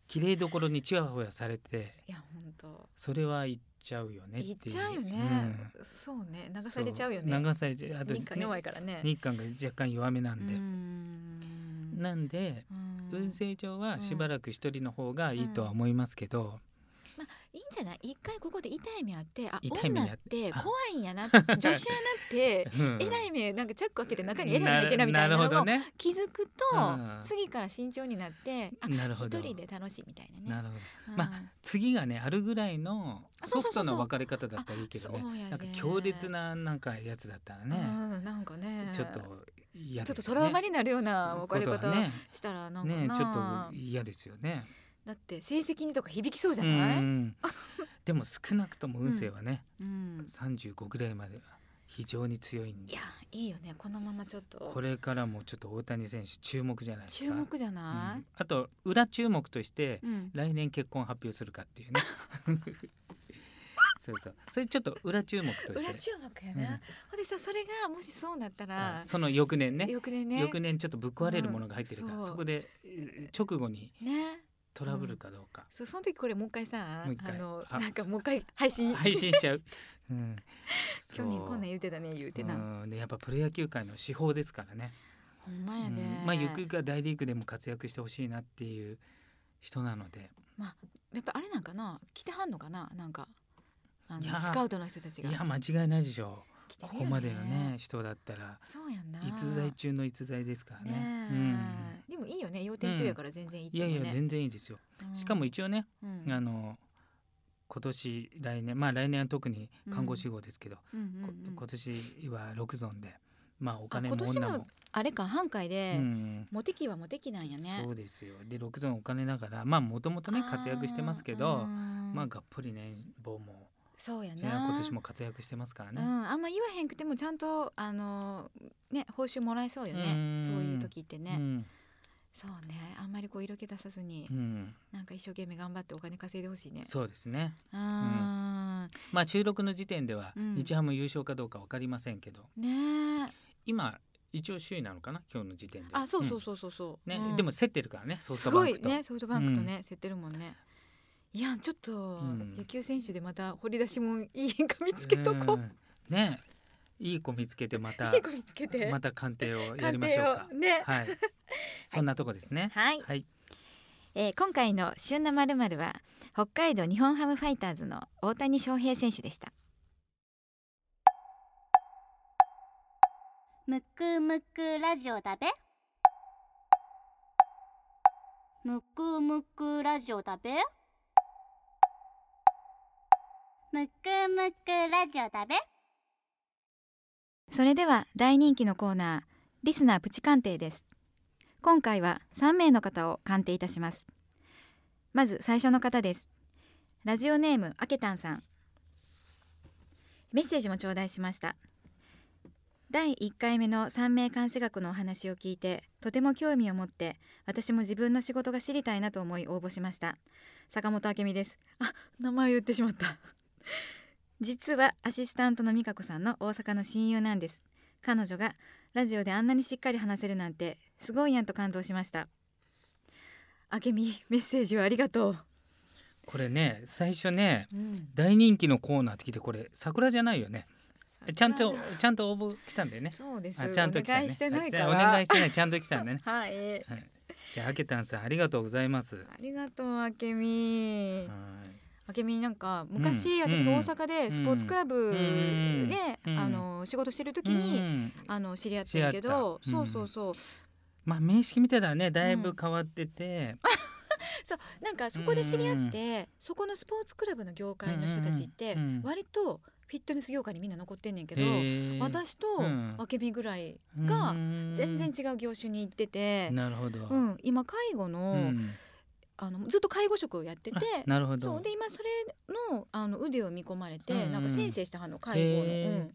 [SPEAKER 2] 綺麗どころにチワホヤされて
[SPEAKER 1] いや本当
[SPEAKER 2] それは行っちゃうよねっていう
[SPEAKER 1] 行っちゃうよね、
[SPEAKER 2] うん
[SPEAKER 1] そうね流されちゃうよ
[SPEAKER 2] そ
[SPEAKER 1] ね
[SPEAKER 2] 流されちゃうあと
[SPEAKER 1] 日韓弱いからね
[SPEAKER 2] 日韓が若干弱めなんで、
[SPEAKER 1] ん
[SPEAKER 2] なんで運勢上はしばらく一人の方がいいとは思いますけど、
[SPEAKER 1] いいんじゃない一回ここで痛い目あってあ
[SPEAKER 2] 痛い目
[SPEAKER 1] 女
[SPEAKER 2] に
[SPEAKER 1] っ
[SPEAKER 2] あってあ
[SPEAKER 1] 怖いんや な女子アナって
[SPEAKER 2] うん
[SPEAKER 1] えらい目なんかチャック開けて中にえらい目入ってるなみたいな
[SPEAKER 2] るほ
[SPEAKER 1] の
[SPEAKER 2] ど
[SPEAKER 1] を
[SPEAKER 2] ね
[SPEAKER 1] 気づくと、
[SPEAKER 2] うん
[SPEAKER 1] 次から慎重になってあ
[SPEAKER 2] なるほ
[SPEAKER 1] 一
[SPEAKER 2] ど
[SPEAKER 1] 人で楽しいみたいなね
[SPEAKER 2] なるほど
[SPEAKER 1] うん
[SPEAKER 2] ま次がねあるぐらいの
[SPEAKER 1] あそ
[SPEAKER 2] ソ
[SPEAKER 1] うそうそう
[SPEAKER 2] フ
[SPEAKER 1] そう
[SPEAKER 2] トな別れ方だったらいいけどね
[SPEAKER 1] そうやね
[SPEAKER 2] なんか強烈ななんかやつだったらね、
[SPEAKER 1] うん、なんかね
[SPEAKER 2] ちょっと
[SPEAKER 1] ちょ
[SPEAKER 2] 嫌
[SPEAKER 1] っとトラウマ
[SPEAKER 2] に
[SPEAKER 1] になるような別れ方
[SPEAKER 2] ね
[SPEAKER 1] したらなんかな、
[SPEAKER 2] ねちょっと嫌ですよね。
[SPEAKER 1] だって成績にとか響きそうじゃ
[SPEAKER 2] うんう
[SPEAKER 1] ない、うん
[SPEAKER 2] んでも少なくとも運勢はね、
[SPEAKER 1] い
[SPEAKER 2] 35ぐらいまでは非常に強いんで
[SPEAKER 1] やいいよねこのままちょっと
[SPEAKER 2] これからもちょっと大谷選手注目じゃないです
[SPEAKER 1] 注
[SPEAKER 2] か
[SPEAKER 1] 目じゃ
[SPEAKER 2] う
[SPEAKER 1] なん
[SPEAKER 2] あと裏注目として
[SPEAKER 1] い、うん
[SPEAKER 2] 来年結婚発表するかっていうねそうそうそれちょっと裏注目とし
[SPEAKER 1] 裏
[SPEAKER 2] て
[SPEAKER 1] 注目やな、
[SPEAKER 2] うん
[SPEAKER 1] ほんでさそれがもしそうなったら、
[SPEAKER 2] あその翌年ね
[SPEAKER 1] 翌年ね
[SPEAKER 2] 翌年ちょっとぶっ壊れるものが入ってるから、
[SPEAKER 1] うんそう
[SPEAKER 2] そこでえー直後に
[SPEAKER 1] ね
[SPEAKER 2] トラブルかどうか、
[SPEAKER 1] そうその時これもう一回さ
[SPEAKER 2] もう一回
[SPEAKER 1] あの
[SPEAKER 2] あ
[SPEAKER 1] なんかもう一回配信
[SPEAKER 2] 配信しちゃう、うん、
[SPEAKER 1] 去年こんなん
[SPEAKER 2] ん
[SPEAKER 1] 言うてたね言うてな、
[SPEAKER 2] うんでやっぱプロ野球界の司法ですからね
[SPEAKER 1] ほんまやね、
[SPEAKER 2] うんまあゆくゆくは大リーグでも活躍してほしいなっていう人なので
[SPEAKER 1] やっぱあれなんかな来てはんのかななんかあ
[SPEAKER 2] いや
[SPEAKER 1] のスカウトの人たち
[SPEAKER 2] い
[SPEAKER 1] が
[SPEAKER 2] や間違いないでしょう
[SPEAKER 1] 来て
[SPEAKER 2] こ
[SPEAKER 1] るよ
[SPEAKER 2] こまでのね人だったら
[SPEAKER 1] そうやんな
[SPEAKER 2] 逸材中の逸材ですからね
[SPEAKER 1] ねえ
[SPEAKER 2] うん、
[SPEAKER 1] でもいいよね要点中やから全然いいって
[SPEAKER 2] い
[SPEAKER 1] も
[SPEAKER 2] や
[SPEAKER 1] ね、
[SPEAKER 2] いや全然いいですよ
[SPEAKER 1] うん
[SPEAKER 2] しかも、一応ね、
[SPEAKER 1] うん
[SPEAKER 2] あの今年来年まあ来年は特に看護師号ですけど、
[SPEAKER 1] うんうん
[SPEAKER 2] こ
[SPEAKER 1] うん
[SPEAKER 2] 今年は六存でまあお
[SPEAKER 1] あ
[SPEAKER 2] 金
[SPEAKER 1] 今
[SPEAKER 2] も
[SPEAKER 1] 年
[SPEAKER 2] 女
[SPEAKER 1] も
[SPEAKER 2] も、
[SPEAKER 1] あれか半回で、
[SPEAKER 2] うん
[SPEAKER 1] モテ期はモテ期なんやね
[SPEAKER 2] そうですよで六存お金だからまあもともとね活躍してますけ
[SPEAKER 1] あー
[SPEAKER 2] どま
[SPEAKER 1] う
[SPEAKER 2] あ
[SPEAKER 1] ん
[SPEAKER 2] がっぽりね棒も、
[SPEAKER 1] そうやな
[SPEAKER 2] ね、今年も活躍してますから
[SPEAKER 1] う
[SPEAKER 2] ね、
[SPEAKER 1] ん、あんま言わへんくてもちゃんとあのね報酬もらえそうよ
[SPEAKER 2] う
[SPEAKER 1] ね
[SPEAKER 2] ん
[SPEAKER 1] そういう時ってね、
[SPEAKER 2] うん
[SPEAKER 1] そうねあんまりこう色気出さずに、
[SPEAKER 2] うん
[SPEAKER 1] なんか一生懸命頑張ってお金稼いでほしいね
[SPEAKER 2] そうですね
[SPEAKER 1] うーん
[SPEAKER 2] まあ収録の時点では
[SPEAKER 1] うん
[SPEAKER 2] 日ハム優勝かどうか分かりませんけど、
[SPEAKER 1] ねえ
[SPEAKER 2] 今一応首位なのかな今日の時点で
[SPEAKER 1] あそうそううそうそうそう、
[SPEAKER 2] んね、
[SPEAKER 1] うん
[SPEAKER 2] でも競ってるからねソフ
[SPEAKER 1] す
[SPEAKER 2] トバ
[SPEAKER 1] ご
[SPEAKER 2] ン
[SPEAKER 1] い
[SPEAKER 2] クと、
[SPEAKER 1] ねソフトバンクとね、競ってるもんねいやちょっと
[SPEAKER 2] ん
[SPEAKER 1] 野球選手でまた掘り出しもいいんか見つけとこう、
[SPEAKER 2] んねいい子見つけてま た
[SPEAKER 1] いい子見つけて、
[SPEAKER 2] また鑑定をや
[SPEAKER 1] 鑑
[SPEAKER 2] りまし
[SPEAKER 1] 定
[SPEAKER 2] ょうか
[SPEAKER 1] をね
[SPEAKER 2] はい そんなとこですね
[SPEAKER 1] はい
[SPEAKER 2] はい
[SPEAKER 1] えー今回の「旬なまるは北海道日本ハムファイターズの大谷翔平選手でした
[SPEAKER 3] むくむくラジオだべむくむくラジオだべむくむくラジオだべ
[SPEAKER 1] それでは大人気のコーナーリスナープチ鑑定です今回は3名の方を鑑定いたしますまず最初の方ですラジオネームあけたんさんメッセージも頂戴しました第1回目の三名監視学のお話を聞いてとても興味を持って私も自分の仕事が知りたいなと思い応募しました坂本明美ですあ名前を言ってしまった実はアシスタントの美香子さんの大阪の親友なんです彼女がラジオであんなにしっかり話せるなんてすごいやんと感動しましたあけみメッセージをありがとう、
[SPEAKER 2] これね最初ね大人気のコーナーって聞いてこれ桜じゃないよねちゃんとちゃんと応募来たんだよね
[SPEAKER 1] そうです
[SPEAKER 2] あちゃんと
[SPEAKER 1] お
[SPEAKER 2] 来た
[SPEAKER 1] 願
[SPEAKER 2] ね
[SPEAKER 1] いしてないか
[SPEAKER 2] あ
[SPEAKER 1] ら
[SPEAKER 2] じゃあお願いしてないちゃんと来た んだね
[SPEAKER 1] はい
[SPEAKER 2] じゃああけたんさんありがとうございますは
[SPEAKER 1] ありがとうあけみ
[SPEAKER 2] い
[SPEAKER 1] あけみなんか昔、
[SPEAKER 2] うん
[SPEAKER 1] 私が大阪でスポーツクラブで、
[SPEAKER 2] うん
[SPEAKER 1] あの仕事してる時
[SPEAKER 2] う
[SPEAKER 1] に、
[SPEAKER 2] ん
[SPEAKER 1] あの知り合ってるけど、
[SPEAKER 2] 知り合
[SPEAKER 1] そ
[SPEAKER 2] っ
[SPEAKER 1] う
[SPEAKER 2] た
[SPEAKER 1] そうそう、
[SPEAKER 2] まあ面識見てたらねだいぶ変わってて、
[SPEAKER 1] そうなんかそこで知り合って、そこのスポーツクラブの業界の人たちって、
[SPEAKER 2] うんうんうん
[SPEAKER 1] 割とフィットネス業界にみんな残ってんねんけど、
[SPEAKER 2] へえ
[SPEAKER 1] 私と
[SPEAKER 2] うん
[SPEAKER 1] あけみぐらいが全然違う業種に行ってて
[SPEAKER 2] うん、なるほど、
[SPEAKER 1] うん今介護の,、
[SPEAKER 2] うん
[SPEAKER 1] あのずっと介護職をやってて
[SPEAKER 2] あなるほど
[SPEAKER 1] そうで今それのあの腕を見込まれて、
[SPEAKER 2] うんうん
[SPEAKER 1] なんか先生したはんの介護の。
[SPEAKER 2] へえ
[SPEAKER 1] うん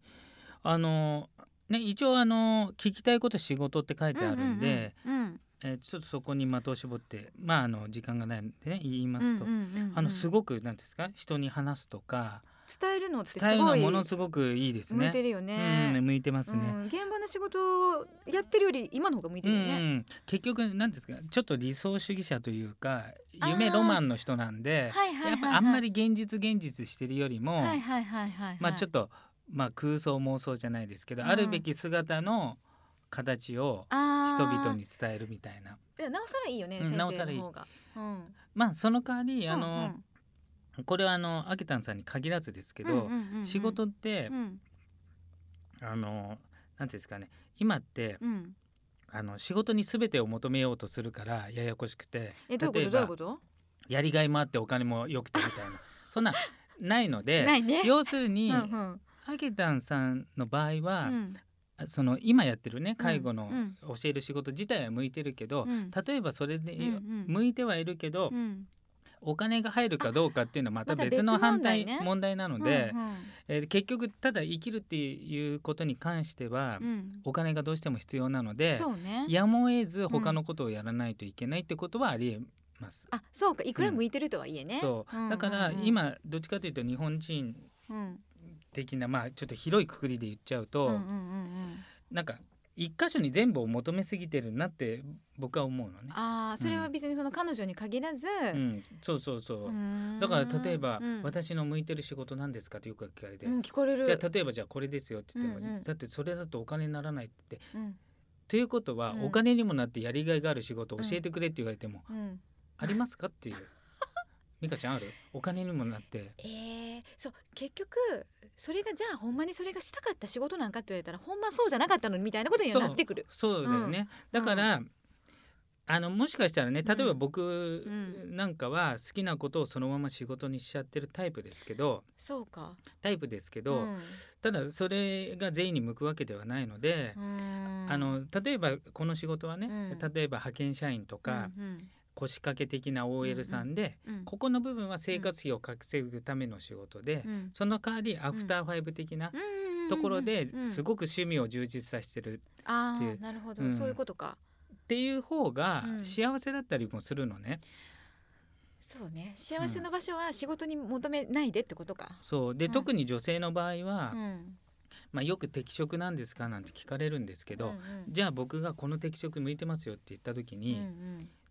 [SPEAKER 2] あのね一応あの聞きたいこと仕事って書いてあるんで、
[SPEAKER 1] うんうんうん
[SPEAKER 2] えーちょっとそこに的を絞ってまああの時間がないんでね言いま
[SPEAKER 1] うん
[SPEAKER 2] すと、
[SPEAKER 1] うんうんうん
[SPEAKER 2] あのすごくなんていうんですか人に話すとか
[SPEAKER 1] 伝えるのってす
[SPEAKER 2] 伝えるの
[SPEAKER 1] ご
[SPEAKER 2] はいものすごくいいです
[SPEAKER 1] 向
[SPEAKER 2] ね
[SPEAKER 1] いてるよ
[SPEAKER 2] うん
[SPEAKER 1] ね。
[SPEAKER 2] 向いてます
[SPEAKER 1] う
[SPEAKER 2] ね、
[SPEAKER 1] ん、現場の仕事をやってるより今の方が向いて
[SPEAKER 2] うん
[SPEAKER 1] る
[SPEAKER 2] う
[SPEAKER 1] よね。
[SPEAKER 2] ん、結局なんですかちょっと理想主義者というか
[SPEAKER 1] あー
[SPEAKER 2] 夢ロマンの人なんで、
[SPEAKER 1] はいはいはいはい
[SPEAKER 2] やっぱあんまり現実現実してるよりも、
[SPEAKER 1] はいはいはいはいはい。
[SPEAKER 2] まあちょっ
[SPEAKER 1] と
[SPEAKER 2] と、まあ、空想妄想じゃないですけど、
[SPEAKER 1] うん
[SPEAKER 2] あるべき姿の形を人々に伝えるみたいな
[SPEAKER 1] なおさらいいよね、
[SPEAKER 2] うん
[SPEAKER 1] 先
[SPEAKER 2] なおさ
[SPEAKER 1] 生
[SPEAKER 2] らいい
[SPEAKER 1] の方が。うん
[SPEAKER 2] まあその代わりあの、
[SPEAKER 1] うんうん
[SPEAKER 2] これはあのアケタンさんに限らずですけど、
[SPEAKER 1] うんうんうんうん
[SPEAKER 2] 仕事って、
[SPEAKER 1] うん
[SPEAKER 2] あのなんていうんですかね今って
[SPEAKER 1] うん
[SPEAKER 2] あの仕事に全てを求めようとするからややこしくて
[SPEAKER 1] えどういうことどういうこと？
[SPEAKER 2] やりがいもあってお金もよくてみ たいなそんなないので
[SPEAKER 1] ないね。
[SPEAKER 2] 要する
[SPEAKER 1] う
[SPEAKER 2] に、
[SPEAKER 1] んう
[SPEAKER 2] あげたん、
[SPEAKER 1] ん
[SPEAKER 2] アゲタンさんの場合
[SPEAKER 1] う
[SPEAKER 2] は、
[SPEAKER 1] ん
[SPEAKER 2] その今やってるね介護の
[SPEAKER 1] うん
[SPEAKER 2] 教える仕事自体は向いてるけど、
[SPEAKER 1] うん
[SPEAKER 2] 例えばそれで、
[SPEAKER 1] うんうん
[SPEAKER 2] 向いてはいるけど、
[SPEAKER 1] うん
[SPEAKER 2] お金が入るかどうかっていうのはまた
[SPEAKER 1] また
[SPEAKER 2] 別の反対、
[SPEAKER 1] 別問題ね
[SPEAKER 2] 問題なので、
[SPEAKER 1] うんうん
[SPEAKER 2] えー結局ただ生きるっていうことに関しては、
[SPEAKER 1] うん
[SPEAKER 2] お金がどうしても必要なので
[SPEAKER 1] そうね。
[SPEAKER 2] やむを得ず他のことをやらないといけないってことはありえます。
[SPEAKER 1] あそうかいくら向いてるとはいえね。
[SPEAKER 2] そ
[SPEAKER 1] んん
[SPEAKER 2] うんだから、今どっちかというと日本人
[SPEAKER 1] うん
[SPEAKER 2] 的なまあちょっと広いくくりで言っちゃうと、
[SPEAKER 1] うんうんうんうん
[SPEAKER 2] なんか一箇所に全部を求めすぎてるなって僕は思うのね。
[SPEAKER 1] ああそれは別にその彼女に限らず、
[SPEAKER 2] うん、そうそうそう。
[SPEAKER 1] う
[SPEAKER 2] だから例えば、
[SPEAKER 1] うん
[SPEAKER 2] 私の向いてる仕事なんですか?」ってよく聞かれて
[SPEAKER 1] う
[SPEAKER 2] 「
[SPEAKER 1] ん聞かれる
[SPEAKER 2] じゃあ例えばじゃあこれですよ」って言っても、
[SPEAKER 1] うんうん
[SPEAKER 2] だってそれだとお金にならない」って。
[SPEAKER 1] うん
[SPEAKER 2] ということは、
[SPEAKER 1] うん
[SPEAKER 2] お金にもなってやりがいがある仕事を教えてくれって言われても、
[SPEAKER 1] うん
[SPEAKER 2] あります かっていう。美香ちゃんあるお金にもなって
[SPEAKER 1] えーそう結局それがじゃあほんまにそれがしたかった仕事なんかって言われたらほんまそうじゃなかったのにみたいなことには
[SPEAKER 2] そう
[SPEAKER 1] なってくる
[SPEAKER 2] そうだよね、だから、あのもしかしたらね例えば僕
[SPEAKER 1] うん
[SPEAKER 2] なんかは好きなことをそのまま仕事にしちゃってるタイプですけど
[SPEAKER 1] そうか
[SPEAKER 2] タイプですけど、
[SPEAKER 1] うん
[SPEAKER 2] ただそれが全員に向くわけではないので、
[SPEAKER 1] うん
[SPEAKER 2] あの例えばこの仕事はね、
[SPEAKER 1] うん
[SPEAKER 2] 例えば派遣社員とか、
[SPEAKER 1] うん
[SPEAKER 2] 腰掛け的な OL さんで、
[SPEAKER 1] うんうん
[SPEAKER 2] ここの部分は生活費を稼ぐための仕事で、
[SPEAKER 1] うん
[SPEAKER 2] その代わりアフターファイブ的な
[SPEAKER 1] うんうんうん
[SPEAKER 2] ところで
[SPEAKER 1] うん
[SPEAKER 2] すごく趣味を充実させてる
[SPEAKER 1] あ
[SPEAKER 2] っていう
[SPEAKER 1] あなるほど、
[SPEAKER 2] うん
[SPEAKER 1] そういうことか
[SPEAKER 2] っていう方が
[SPEAKER 1] うん
[SPEAKER 2] 幸せだったりもするのね。
[SPEAKER 1] そうね幸せの場所は仕事に求めないでってことか、
[SPEAKER 2] そうで、
[SPEAKER 1] うん
[SPEAKER 2] 特に女性の場合は、
[SPEAKER 1] うん、
[SPEAKER 2] まあ、よく「適職なんですか?」なんて聞かれるんですけど、
[SPEAKER 1] うんうん
[SPEAKER 2] じゃあ僕がこの適職向いてますよって言った時
[SPEAKER 1] うん
[SPEAKER 2] に、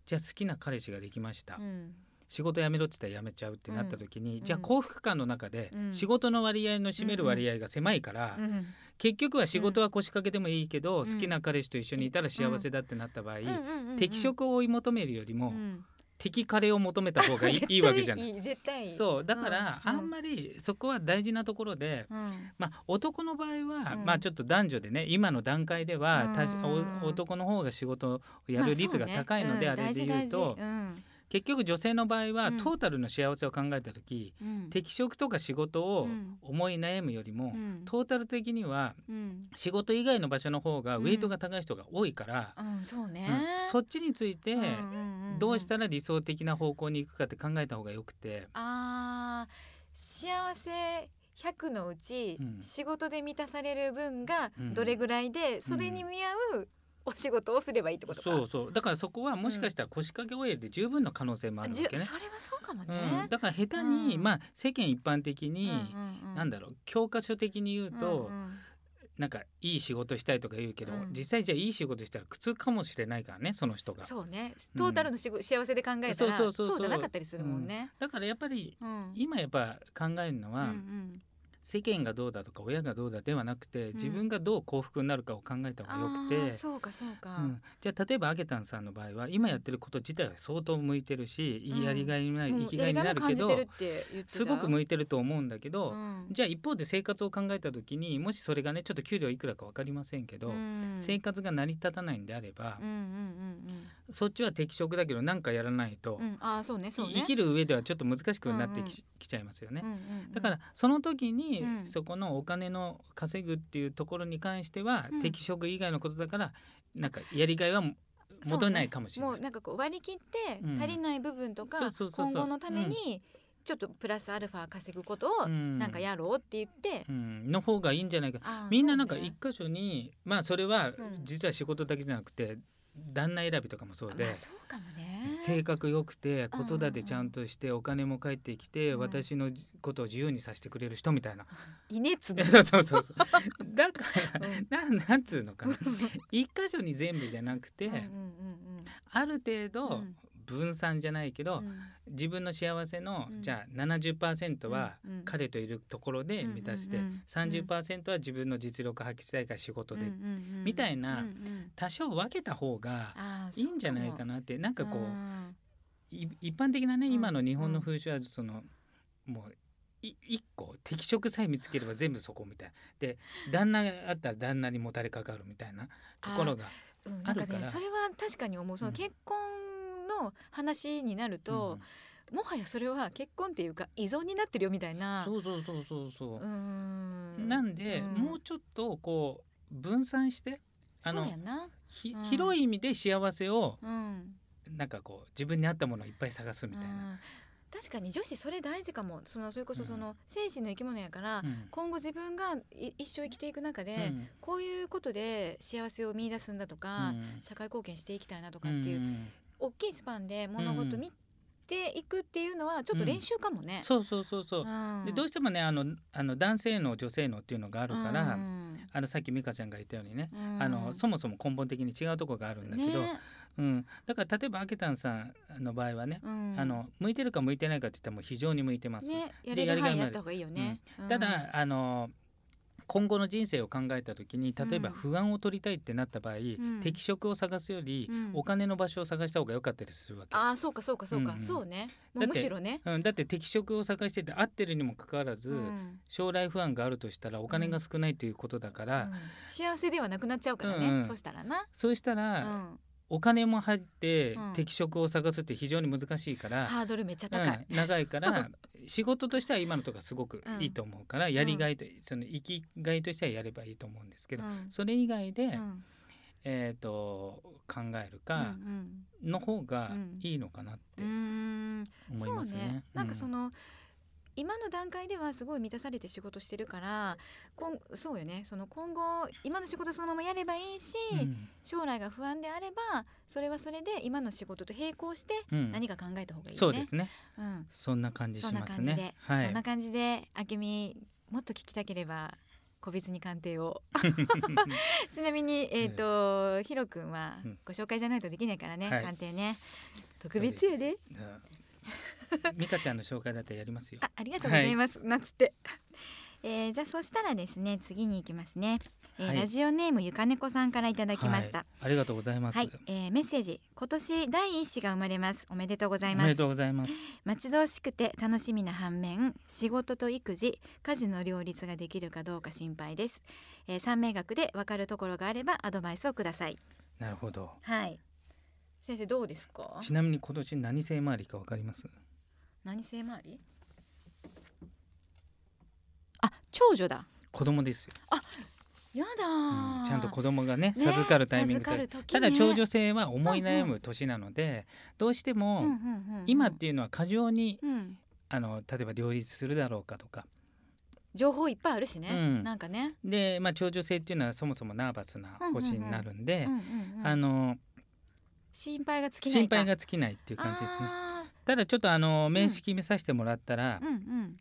[SPEAKER 2] じゃあ好きな彼氏ができました
[SPEAKER 1] うんう。ん
[SPEAKER 2] 仕事辞めろって言ったら辞めちゃうってなった時に、
[SPEAKER 1] うん
[SPEAKER 2] じゃあ幸福感の中で
[SPEAKER 1] うん
[SPEAKER 2] 仕事の割合の占める割合が狭いから、
[SPEAKER 1] うん
[SPEAKER 2] 結局は仕事は腰掛けてもいいけど、
[SPEAKER 1] ん
[SPEAKER 2] 好きな彼氏と一緒にいたら幸せだってなった場合、
[SPEAKER 1] うんうんうん
[SPEAKER 2] 適職を追い求めるよりも、
[SPEAKER 1] うん
[SPEAKER 2] 適彼を求め た方がいいいいわけじゃない。
[SPEAKER 1] いい絶対いい
[SPEAKER 2] そうだから、
[SPEAKER 1] うん
[SPEAKER 2] あんまりそこは大事なところで、
[SPEAKER 1] うん
[SPEAKER 2] まあ、男の場合は、
[SPEAKER 1] うん
[SPEAKER 2] まあちょっと男女でね今の段階では、
[SPEAKER 1] うん
[SPEAKER 2] たしお男の方が仕事をやる率が高いので、
[SPEAKER 1] ま
[SPEAKER 2] あ
[SPEAKER 1] そうね
[SPEAKER 2] れで言うと、
[SPEAKER 1] ん大事大事うん
[SPEAKER 2] 結局女性の場合は、
[SPEAKER 3] うん
[SPEAKER 2] トータルの幸せを考えた時
[SPEAKER 3] うん
[SPEAKER 2] 適職とか仕事を
[SPEAKER 3] うん
[SPEAKER 2] 思い悩むよりも、
[SPEAKER 3] うん
[SPEAKER 2] トータル的には
[SPEAKER 3] うん
[SPEAKER 2] 仕事以外の場所の方が
[SPEAKER 3] う
[SPEAKER 2] ウ
[SPEAKER 3] ん
[SPEAKER 2] ェイトが高い人が多いから、
[SPEAKER 1] うん、そうね
[SPEAKER 2] うんそっちについて
[SPEAKER 1] うんうんん
[SPEAKER 2] どうしたら理想的な方向に行くかって考えた方がよくて、
[SPEAKER 1] あー幸せ100のうち、
[SPEAKER 2] うん
[SPEAKER 1] 仕事で満たされる分が
[SPEAKER 2] うん
[SPEAKER 1] どれぐらいで、それに見合うお仕事をすればいいってことか。
[SPEAKER 2] そうそうだからそこはもしかしたら腰掛け OL で十分な可能性もあるわ
[SPEAKER 1] じゅ
[SPEAKER 2] けね。
[SPEAKER 1] それはそうかもね。
[SPEAKER 2] うん、だから下手に、
[SPEAKER 1] うん
[SPEAKER 2] まあ世間一般的に、
[SPEAKER 1] う
[SPEAKER 2] なん
[SPEAKER 1] だ
[SPEAKER 2] だろう教科書的に言うと、なんかいい仕事したいとか言うけど、
[SPEAKER 1] うん
[SPEAKER 2] 実際じゃあいい仕事したら苦痛かもしれないからねその人が
[SPEAKER 1] そうねトータルのしご、幸せで考えた
[SPEAKER 2] そう
[SPEAKER 1] ら
[SPEAKER 2] そ
[SPEAKER 1] そう
[SPEAKER 2] うそうそう
[SPEAKER 1] じゃなかったりするもんね。
[SPEAKER 2] だからやっぱり
[SPEAKER 1] うん
[SPEAKER 2] 今やっぱ考えるの
[SPEAKER 3] うんう
[SPEAKER 2] は、
[SPEAKER 3] ん
[SPEAKER 2] 世間がどうだとか親がどうだではなくて
[SPEAKER 3] ん
[SPEAKER 2] 自分がどう幸福になるかを考えた方がよくて、
[SPEAKER 1] あーそうかそうか。
[SPEAKER 2] うんじゃあ例えばあげたんさんの場合は今やってること自体は相当向いてるし、いいやりがいになる、
[SPEAKER 1] もう
[SPEAKER 2] 生きがいになるけど
[SPEAKER 1] やりがいも感じてるって言ってた
[SPEAKER 2] すごく
[SPEAKER 1] い
[SPEAKER 2] 向いてると思うんだけど、
[SPEAKER 1] うん
[SPEAKER 2] じゃあ一方で生活を考えた時にもしそれがねちょっと給料いくらか分かりませんけ
[SPEAKER 1] う
[SPEAKER 2] ど、
[SPEAKER 1] ん
[SPEAKER 2] 生活が成り立たないんであれば
[SPEAKER 1] うん、うんうん
[SPEAKER 2] そっちは適職だけど何かやらないと、
[SPEAKER 1] うんうんあーそうねそうね。
[SPEAKER 2] 生きる上ではちょっと難しくなってき,、
[SPEAKER 1] うんうん
[SPEAKER 2] ちゃいますよね。
[SPEAKER 1] うんうんうん
[SPEAKER 2] だからその時に
[SPEAKER 1] うん
[SPEAKER 2] そこのお金の稼ぐっていうところに関しては
[SPEAKER 1] うん
[SPEAKER 2] 適職以外のことだからなんかやりがいはも
[SPEAKER 1] そうね
[SPEAKER 2] 戻れないかもしれ
[SPEAKER 1] も
[SPEAKER 2] な
[SPEAKER 1] う
[SPEAKER 2] い。
[SPEAKER 1] なんかこう割り切って
[SPEAKER 2] うん
[SPEAKER 1] 足りない部分とか、
[SPEAKER 2] そうそうそうそう
[SPEAKER 1] 今後のためにちょっとプラスアルファ稼ぐことを
[SPEAKER 2] うん
[SPEAKER 1] なんかやろうって言って、
[SPEAKER 2] うんの方がいいんじゃないか。
[SPEAKER 1] あー
[SPEAKER 2] みんななんか
[SPEAKER 1] そうね
[SPEAKER 2] 一箇所にまあそれは
[SPEAKER 1] ん
[SPEAKER 2] 実は仕事だけじゃなくて旦那選びとかもそうで
[SPEAKER 1] まあ、。そうかもね
[SPEAKER 2] 性格良くて
[SPEAKER 1] うん
[SPEAKER 2] 子育てちゃんとしてお金も返ってきて
[SPEAKER 1] うん
[SPEAKER 2] 私のことを自由にさせてくれる人みたいな、
[SPEAKER 1] いねつね
[SPEAKER 2] そうそうそうそう だから
[SPEAKER 1] うん
[SPEAKER 2] なんなんつうのかな一箇所に全部じゃなくて、
[SPEAKER 1] うんうんうん
[SPEAKER 2] ある程
[SPEAKER 1] う
[SPEAKER 2] 度
[SPEAKER 1] ん
[SPEAKER 2] 分散じゃないけど、
[SPEAKER 1] うん
[SPEAKER 2] 自分の幸せの、
[SPEAKER 1] うん
[SPEAKER 2] じゃあ70%は
[SPEAKER 1] うんうん
[SPEAKER 2] 彼といるところで満たして、
[SPEAKER 1] うんうんうん
[SPEAKER 2] 30%は自分の実力発揮したいから仕事で、
[SPEAKER 1] うんうんうん
[SPEAKER 2] みたいな
[SPEAKER 1] うんうん
[SPEAKER 2] 多少分けた方が
[SPEAKER 1] あー
[SPEAKER 2] いいんじゃないかなってなん
[SPEAKER 1] そ
[SPEAKER 2] か
[SPEAKER 1] う
[SPEAKER 2] こ
[SPEAKER 1] も
[SPEAKER 2] う、
[SPEAKER 1] あ
[SPEAKER 2] い一般的なね
[SPEAKER 1] うん
[SPEAKER 2] 今の日本の風習はその、もうい一個適職さえ見つければ全部そこみたいなで旦那があったら旦那にもたれかかるみたいなところが
[SPEAKER 1] ーうんなんか
[SPEAKER 2] あるか
[SPEAKER 1] ね
[SPEAKER 2] ら
[SPEAKER 1] それは確かに思うその
[SPEAKER 2] うん
[SPEAKER 1] 結婚の話になると、もはやそれは結婚っていうか依存になってるよみたいな
[SPEAKER 2] うんそうそうそうそう
[SPEAKER 1] うー
[SPEAKER 2] そう、
[SPEAKER 1] ん
[SPEAKER 2] なんで、
[SPEAKER 1] うん
[SPEAKER 2] もうちょっとこう分散してあの
[SPEAKER 1] そうやな、
[SPEAKER 2] ひ
[SPEAKER 1] うん
[SPEAKER 2] 広い意味で幸せを
[SPEAKER 1] うん、
[SPEAKER 2] なんかこう自分に合ったものをいっぱい探すみたいな。
[SPEAKER 1] うん確かに女子それ大事かもそのそれこそその、
[SPEAKER 2] う
[SPEAKER 1] 精神の生き物やから、
[SPEAKER 2] うん
[SPEAKER 1] 今後自分がい一生生きていく中で、
[SPEAKER 2] うん
[SPEAKER 1] こういうことで幸せを見出すんだとか、
[SPEAKER 2] うん
[SPEAKER 1] 社会貢献していきたいなとかっていう、
[SPEAKER 2] うん
[SPEAKER 1] 大きいスパンで物事見ていくっていうのはちょっと練習かもね。
[SPEAKER 2] そうそうそうそ
[SPEAKER 1] う
[SPEAKER 2] う、
[SPEAKER 1] ん
[SPEAKER 2] でどうしてもねあのあの男性の女性のっていうのがあるから、
[SPEAKER 1] うん
[SPEAKER 2] あのさっき美香ちゃんが言ったようにね、
[SPEAKER 1] うん
[SPEAKER 2] あのそもそも根本的に違うところがあるんだけど、
[SPEAKER 1] ね
[SPEAKER 2] うん、だから例えばアケタンさんの場合はね、
[SPEAKER 1] うん
[SPEAKER 2] あの向いてるか向いてないかって言ったらもう非常に向いてます。
[SPEAKER 1] ねや
[SPEAKER 2] で
[SPEAKER 1] れ
[SPEAKER 2] や
[SPEAKER 1] る
[SPEAKER 2] りがい
[SPEAKER 1] 範囲
[SPEAKER 2] もあ
[SPEAKER 1] や
[SPEAKER 2] る
[SPEAKER 1] った方がいいよね。うん
[SPEAKER 2] ただ、あの今後の人生を考えた時に例えば
[SPEAKER 1] うん
[SPEAKER 2] 不安を取りたいってなった場合、
[SPEAKER 1] ん
[SPEAKER 2] 適職を探すより、
[SPEAKER 1] うん
[SPEAKER 2] お金の場所を探した方が良かったりするわけ。
[SPEAKER 1] ああそうかそうかそうか、
[SPEAKER 2] うんうん
[SPEAKER 1] そうねも
[SPEAKER 2] だ
[SPEAKER 1] う
[SPEAKER 2] って
[SPEAKER 1] むしろね。
[SPEAKER 2] うん、だって適職を探してて合ってるにもかかわらず、
[SPEAKER 1] うん
[SPEAKER 2] 将来不安があるとしたらお金が少ないということだから、
[SPEAKER 1] うん幸せではなくなっちゃうからね、
[SPEAKER 2] うんうん
[SPEAKER 1] そしたらな、
[SPEAKER 2] そうした
[SPEAKER 1] う
[SPEAKER 2] ら、
[SPEAKER 1] ん、
[SPEAKER 2] お金も入って
[SPEAKER 1] うん
[SPEAKER 2] 適職を探すって非常に難しいから、
[SPEAKER 1] ハードルめっちゃ高い、
[SPEAKER 2] うん、長いから 仕事としては今のとかすごくいいと思うから、やりがいとその生きがいとしてはやればいいと思うんですけ
[SPEAKER 1] う
[SPEAKER 2] ど、
[SPEAKER 1] ん
[SPEAKER 2] それ以外で、
[SPEAKER 1] うん
[SPEAKER 2] えー、と考える
[SPEAKER 1] う
[SPEAKER 2] か
[SPEAKER 1] ん
[SPEAKER 2] の方がいいのかなって
[SPEAKER 1] うんうん
[SPEAKER 2] 思いますね。
[SPEAKER 1] そうねなんかそ
[SPEAKER 2] の
[SPEAKER 1] の、今の段階ではすごい満たされて仕事してるからこんそうよねその今後今の仕事そのままやればいいし、将来が不安であればそれはそれで今の仕事と並行して何か考えた方がいい
[SPEAKER 2] そ
[SPEAKER 1] よ
[SPEAKER 2] う
[SPEAKER 1] ね
[SPEAKER 2] で。すね。
[SPEAKER 1] うん
[SPEAKER 2] そんな感じ
[SPEAKER 1] そ
[SPEAKER 2] し
[SPEAKER 1] んな
[SPEAKER 2] ます
[SPEAKER 1] 感じで
[SPEAKER 2] ね。、は
[SPEAKER 1] そん
[SPEAKER 2] い
[SPEAKER 1] な。感じで、あけみ、もっと聞きたければ。個別に鑑定 をちなみに、えっ、と、ヒロ君は
[SPEAKER 2] うん
[SPEAKER 1] ご紹介じゃないとできないからね、
[SPEAKER 2] はい
[SPEAKER 1] 鑑定ね。特別やで。
[SPEAKER 2] うん美香ちゃんの紹介だったらやりますよ
[SPEAKER 1] あ。、ありがとうございます。なんつって。えーじゃあ、そしたらですね、次に行きますね。えー
[SPEAKER 2] はい
[SPEAKER 1] ラジオネームゆかねこさんからいただきました
[SPEAKER 2] は。い。ありがとうございます。
[SPEAKER 1] はい、えーメッセージ、今年第一子が生まれます。おめでとうござい
[SPEAKER 2] お
[SPEAKER 1] ま
[SPEAKER 2] めですと。うございます。
[SPEAKER 1] 待ち遠しくて楽しみな反面仕事と育児家事の両立ができるかどうか心配です、えー、三名学で分かるところがあればアドバイスをください
[SPEAKER 2] なるほど。
[SPEAKER 1] はい先生どうですか
[SPEAKER 2] ちなみに今年何性回りかわかります
[SPEAKER 1] 何性周りあ長女だ
[SPEAKER 2] 子供ですよ、
[SPEAKER 1] やだ
[SPEAKER 2] うん
[SPEAKER 1] ー、
[SPEAKER 2] ちゃんと子供がね
[SPEAKER 1] ね
[SPEAKER 2] 授かるタイミング
[SPEAKER 1] 授か
[SPEAKER 2] で、
[SPEAKER 1] る時ね
[SPEAKER 2] ただ長女性は思い悩む年なので、どうしても、
[SPEAKER 1] うんうんうんうん
[SPEAKER 2] 今っていうのは過剰に
[SPEAKER 1] うん
[SPEAKER 2] あの例えば両立するだろうかとか
[SPEAKER 1] 情報いっぱいあるしね、
[SPEAKER 2] うん
[SPEAKER 1] なんかね、
[SPEAKER 2] で、まあ、長女性っていうのはそもそもナーバスな星になるんで、
[SPEAKER 1] うんうんうん
[SPEAKER 2] あの
[SPEAKER 1] 心配が尽きない
[SPEAKER 2] 心
[SPEAKER 1] か
[SPEAKER 2] 配が尽きないっていう感じですね
[SPEAKER 1] あ
[SPEAKER 2] ただちょっとあの面識見させてもらったら、
[SPEAKER 1] ーうんうん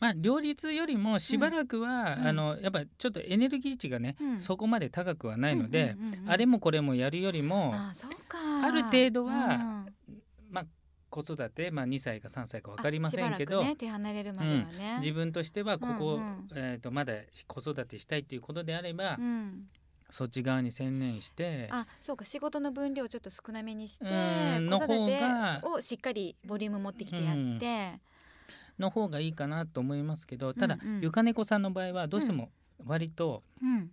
[SPEAKER 2] まあ両立よりもしばらくは、
[SPEAKER 1] うん
[SPEAKER 2] あのやっぱちょっとエネルギー値がね、
[SPEAKER 1] うん
[SPEAKER 2] そこまで高くはないので、
[SPEAKER 1] うんうんうん
[SPEAKER 2] あれもこれもやるよりも
[SPEAKER 1] あーそうか
[SPEAKER 2] ある程度は
[SPEAKER 1] うん
[SPEAKER 2] 子育て、まあ、2歳か3歳か分かりませんけ
[SPEAKER 1] あ
[SPEAKER 2] ど、
[SPEAKER 1] しばらくね手離れるまではね、
[SPEAKER 2] 自分としてはここ、
[SPEAKER 1] うんうん
[SPEAKER 2] えー、とまだ子育てしたいっていうことであれば、
[SPEAKER 1] うん
[SPEAKER 2] そっち側に専念して
[SPEAKER 1] あそうか仕事の分量をちょっと少なめにして
[SPEAKER 2] うん
[SPEAKER 1] 子育て
[SPEAKER 2] の方
[SPEAKER 1] をしっかりボリューム持ってきてやって、
[SPEAKER 2] の方がいいかなと思いますけどただ、
[SPEAKER 1] うんうん
[SPEAKER 2] ゆかねこさんの場合はどうしても割と
[SPEAKER 1] うん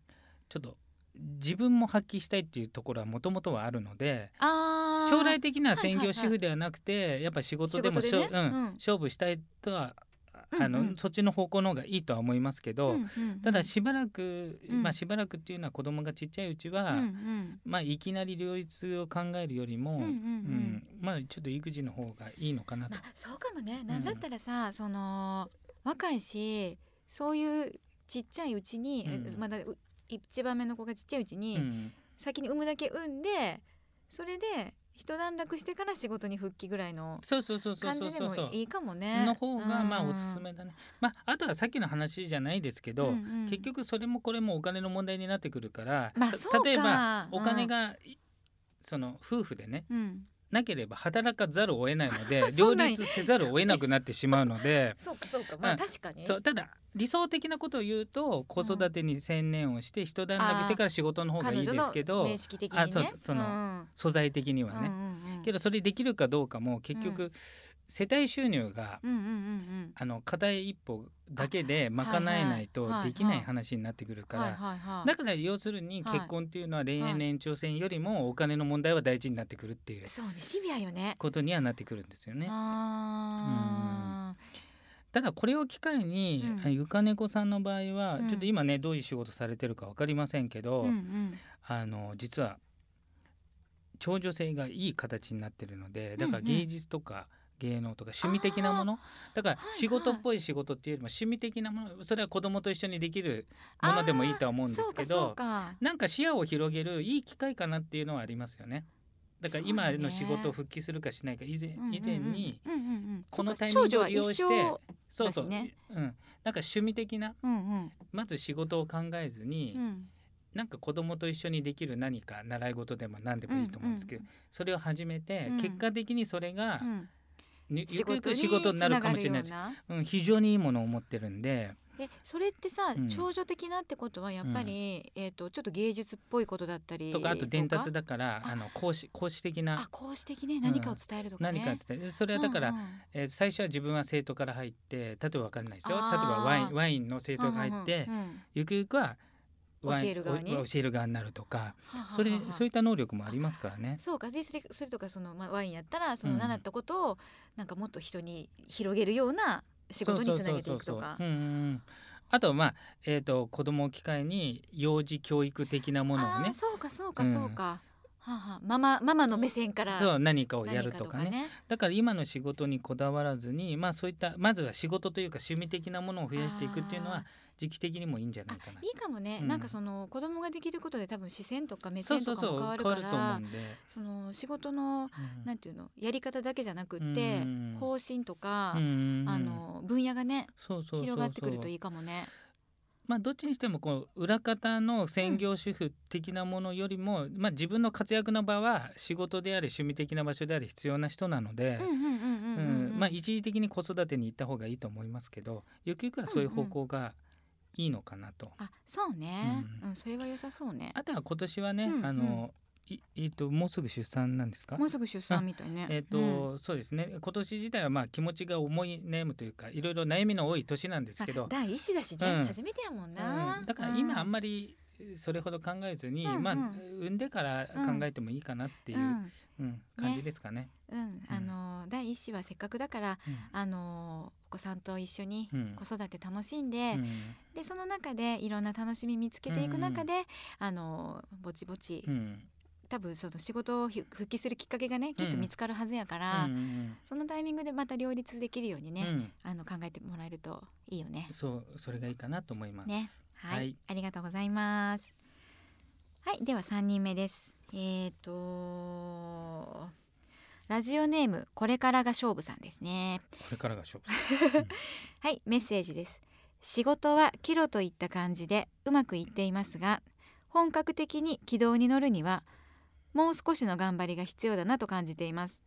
[SPEAKER 2] ちょっと自分も発揮したいっていうところはもともとはあるので
[SPEAKER 1] あー
[SPEAKER 2] 将来的な
[SPEAKER 1] は
[SPEAKER 2] 専
[SPEAKER 1] いはいは
[SPEAKER 2] 業
[SPEAKER 1] い
[SPEAKER 2] 主婦ではなくて、やっぱ仕事でも
[SPEAKER 1] 仕
[SPEAKER 2] しょ
[SPEAKER 1] 事でね
[SPEAKER 2] うん
[SPEAKER 1] うん
[SPEAKER 2] 勝負したいとはあの、
[SPEAKER 1] うんうん
[SPEAKER 2] そっちの方向の方がいいとは思いますけど、
[SPEAKER 1] うんうんうん
[SPEAKER 2] ただしばらく、
[SPEAKER 1] うん
[SPEAKER 2] まあしばらくっていうのは子供がちっちゃいうち
[SPEAKER 1] う
[SPEAKER 2] は、
[SPEAKER 1] んうん
[SPEAKER 2] まあいきなり両立を考えるよりも、
[SPEAKER 1] うんうんうん
[SPEAKER 2] うんまあちょっと育児の方がいいのかなと
[SPEAKER 1] まあ、そうかもねなんだったらさ、その若いしそういうちっちゃいうちに、え
[SPEAKER 2] うん
[SPEAKER 1] まだう一番目の子がちっちゃいうちに、
[SPEAKER 2] うん
[SPEAKER 1] 先に産むだけ産んでそれで一段落してから仕事に復帰ぐらいの
[SPEAKER 2] そうそうそうそう
[SPEAKER 1] 感
[SPEAKER 2] そ
[SPEAKER 1] じ
[SPEAKER 2] う
[SPEAKER 1] で
[SPEAKER 2] そう
[SPEAKER 1] も
[SPEAKER 2] そう
[SPEAKER 1] いいかもね。
[SPEAKER 2] の方がまあ
[SPEAKER 1] うん
[SPEAKER 2] おすすめだね、まああとはさっきの話じゃないですけど、
[SPEAKER 1] うんうん
[SPEAKER 2] 結局それもこれもお金の問題になってくるから、
[SPEAKER 1] まあ
[SPEAKER 2] た
[SPEAKER 1] そうか
[SPEAKER 2] 例えば
[SPEAKER 1] うん
[SPEAKER 2] お金がい、その夫婦でね
[SPEAKER 1] うん、
[SPEAKER 2] なければ働かざるを得ないの で
[SPEAKER 1] そ
[SPEAKER 2] 両
[SPEAKER 1] うなんや
[SPEAKER 2] 立せざるを得なくなってしまうので
[SPEAKER 1] そうかそうかま
[SPEAKER 2] う
[SPEAKER 1] あ
[SPEAKER 2] ん
[SPEAKER 1] 確かに。
[SPEAKER 2] そうただ理想的なことを言うと子育てに専念をして一段落してから仕事の方がいいですけ
[SPEAKER 1] 彼女の
[SPEAKER 2] ど、
[SPEAKER 1] 面識的にね。
[SPEAKER 2] あそうそうその
[SPEAKER 1] うん
[SPEAKER 2] 素材的には
[SPEAKER 1] うん
[SPEAKER 2] ね、
[SPEAKER 1] うんうん
[SPEAKER 2] けどそれできるかどうかも結局、世帯収入が
[SPEAKER 1] うんうんうんうん
[SPEAKER 2] あの片一歩だけで賄えないと
[SPEAKER 1] はいはい
[SPEAKER 2] できな
[SPEAKER 1] はい
[SPEAKER 2] い
[SPEAKER 1] はい
[SPEAKER 2] 話になってくるか
[SPEAKER 1] はい
[SPEAKER 2] ら
[SPEAKER 1] はいはい。
[SPEAKER 2] だから要するに
[SPEAKER 1] はい
[SPEAKER 2] 結婚っていうのは恋
[SPEAKER 1] は
[SPEAKER 2] 愛
[SPEAKER 1] い
[SPEAKER 2] の延長線よりもお金の問題は大事になってくるっていう
[SPEAKER 1] そうねシビアよね。
[SPEAKER 2] ことにはなってくるんですよね。
[SPEAKER 1] あ
[SPEAKER 2] ただこれを機会に
[SPEAKER 1] うん
[SPEAKER 2] ゆかねこさんの場合は
[SPEAKER 1] うん
[SPEAKER 2] ちょっと今ねどういう仕事されてるか分かりませんけ
[SPEAKER 1] あ
[SPEAKER 2] ど
[SPEAKER 1] うん
[SPEAKER 2] あの実は長女性がいい形になってるのでだから
[SPEAKER 1] うんうん
[SPEAKER 2] 芸術とか芸能とか趣味的なものだから
[SPEAKER 1] はいはい
[SPEAKER 2] 仕事っぽい仕事っていうよりも趣味的なものそれは子供と一緒にできる
[SPEAKER 1] あー
[SPEAKER 2] ものでもいいとは思
[SPEAKER 1] う。
[SPEAKER 2] うんんで
[SPEAKER 1] そ
[SPEAKER 2] す
[SPEAKER 1] う
[SPEAKER 2] け
[SPEAKER 1] かそう
[SPEAKER 2] ど
[SPEAKER 1] か。
[SPEAKER 2] なんか視野を広げるいい機会かなっていうのはありますよね。だから今
[SPEAKER 1] そうだ
[SPEAKER 2] の
[SPEAKER 1] ね
[SPEAKER 2] 仕事を復帰するかしないか以前
[SPEAKER 1] うんうんうん
[SPEAKER 2] 以前に
[SPEAKER 1] うんうんうん
[SPEAKER 2] この
[SPEAKER 1] そ
[SPEAKER 2] タ
[SPEAKER 1] うか
[SPEAKER 2] イミン
[SPEAKER 1] 長女
[SPEAKER 2] グを
[SPEAKER 1] は
[SPEAKER 2] 利用して
[SPEAKER 1] 一生
[SPEAKER 2] そうそ
[SPEAKER 1] だ
[SPEAKER 2] う、
[SPEAKER 1] しね
[SPEAKER 2] うん、なんか趣味的な
[SPEAKER 1] うんうん
[SPEAKER 2] まず仕事を考えずに、
[SPEAKER 1] うん
[SPEAKER 2] なんか子供と一緒にできる何か習い事でも何でもいいと思うんですけど、それを始めて、
[SPEAKER 1] うん
[SPEAKER 2] 結果的にそれが、
[SPEAKER 1] うんうん
[SPEAKER 2] ゆゆくゆく仕事になるかもしれない
[SPEAKER 1] 仕事につがるよう
[SPEAKER 2] し
[SPEAKER 1] な
[SPEAKER 2] うん、非常にいいものを持ってるんで
[SPEAKER 1] えそれってさ、
[SPEAKER 2] うん
[SPEAKER 1] 長女的なってことはやっぱり、えっ、とちょっと芸術っぽいことだったり
[SPEAKER 2] とかあと伝達
[SPEAKER 1] だ
[SPEAKER 2] だから
[SPEAKER 1] あ
[SPEAKER 2] あの講師講師的な
[SPEAKER 1] あ講師的ね何かを伝えるとかね、
[SPEAKER 2] 何かっつって、それはだから、
[SPEAKER 1] うんうん
[SPEAKER 2] えー最初は自分は生徒から入って例えばわかんないですよ例え
[SPEAKER 1] あー
[SPEAKER 2] ばワインワインの生徒が入って、
[SPEAKER 1] うんうんうん
[SPEAKER 2] ゆくゆくはワイン
[SPEAKER 1] 教える側に
[SPEAKER 2] お教える側になるとか
[SPEAKER 1] はあはあはあ
[SPEAKER 2] それそういった能力もありますからね。
[SPEAKER 1] そうかでそれそれとかその、まあ、ワインやったらその
[SPEAKER 2] うん
[SPEAKER 1] 習ったことをなんかもっと人に広げるような仕事につなげていく
[SPEAKER 2] そう
[SPEAKER 1] と
[SPEAKER 2] そうそう
[SPEAKER 1] か
[SPEAKER 2] そう。うんうんあとまあ、えー、と子供を機会に幼児教育的なものを
[SPEAKER 1] あ
[SPEAKER 2] ね
[SPEAKER 1] ーそうかそうかそうか、はあはあママママの目線から
[SPEAKER 2] そう何かをや
[SPEAKER 1] 何
[SPEAKER 2] る
[SPEAKER 1] か
[SPEAKER 2] と
[SPEAKER 1] と
[SPEAKER 2] か
[SPEAKER 1] か
[SPEAKER 2] ね
[SPEAKER 1] ね
[SPEAKER 2] だから今の仕事にこだわらずに、まあ、そういったまずは仕事というか趣味的なものを増やしていくっていうの
[SPEAKER 1] あー
[SPEAKER 2] は時期的にもいいんじゃないかな。
[SPEAKER 1] いいかもね、
[SPEAKER 2] うん
[SPEAKER 1] なんかその子供ができることで多分視線とか目
[SPEAKER 2] そう
[SPEAKER 1] 線と
[SPEAKER 2] そう
[SPEAKER 1] か
[SPEAKER 2] そ
[SPEAKER 1] も変わ
[SPEAKER 2] う
[SPEAKER 1] る
[SPEAKER 2] 変
[SPEAKER 1] か
[SPEAKER 2] わると思う
[SPEAKER 1] ら
[SPEAKER 2] んで。
[SPEAKER 1] その仕事の
[SPEAKER 2] うん
[SPEAKER 1] なんていうのやり方だけじゃなくって、
[SPEAKER 2] うん
[SPEAKER 1] 方針とか、
[SPEAKER 2] うん
[SPEAKER 1] あの分野がね
[SPEAKER 2] そうそうそうそう
[SPEAKER 1] 広がってくるといいかもね。
[SPEAKER 2] まあ、どっちにしてもこう裏方の専業主婦的なものよりも、まあ、自分の活躍の場は仕事であれ趣味的な場所であれ必要な人なので、
[SPEAKER 1] うんうんうんうんうん
[SPEAKER 2] うんまあ、一時的に子育てに行った方がいいと思いますけどゆくゆくはそういう方向がいいのかなと。
[SPEAKER 1] あそうね、
[SPEAKER 2] う
[SPEAKER 1] うんんそれは良さそうね。
[SPEAKER 2] あとは今年はね、
[SPEAKER 1] うんうん
[SPEAKER 2] あのいえっともうすぐ出産なんですか
[SPEAKER 1] もうすぐ出産みたいね。
[SPEAKER 2] えっと
[SPEAKER 1] うん
[SPEAKER 2] そうですね今年自体はまあ気持ちが重い悩むというかいろいろ悩みの多い年なんですけど
[SPEAKER 1] まあ、第一子だしね、
[SPEAKER 2] うん
[SPEAKER 1] 初めてやもん
[SPEAKER 2] う
[SPEAKER 1] な、
[SPEAKER 2] んだから今あん
[SPEAKER 1] ま
[SPEAKER 2] まりそれほど考えずに、
[SPEAKER 1] うんうん
[SPEAKER 2] まあ産んでから考えてもいいかなっていう、うん感じですかね。
[SPEAKER 1] うん、うん、あの第一子はせっかくだからあのお子さんと一緒に
[SPEAKER 2] うん
[SPEAKER 1] 子育て楽しん
[SPEAKER 2] う
[SPEAKER 1] で、
[SPEAKER 2] ん
[SPEAKER 1] でその中でいろんな楽しみ見つけていく中で、あのぼちぼち、
[SPEAKER 2] うんうん
[SPEAKER 1] 多分その仕事をひ復帰するきっかけがねきっと見つかるはずやから、
[SPEAKER 2] うん
[SPEAKER 1] そのタイミングでまた両立できるように
[SPEAKER 2] う
[SPEAKER 1] ね、
[SPEAKER 2] ん
[SPEAKER 1] あの考えてもらえるといいよね。
[SPEAKER 2] そうそれがいいかなと思います。
[SPEAKER 1] ねはい、
[SPEAKER 2] はい
[SPEAKER 1] ありがとうございます。はい、では三人目です。えっ、とラジオネームこれからが勝負さんですね。
[SPEAKER 2] これからが勝負。
[SPEAKER 1] はい、メッセージです。仕事はキロといった感じでうまくいっていますが、本格的に軌道に乗るにはもう少しの頑張りが必要だなと感じています。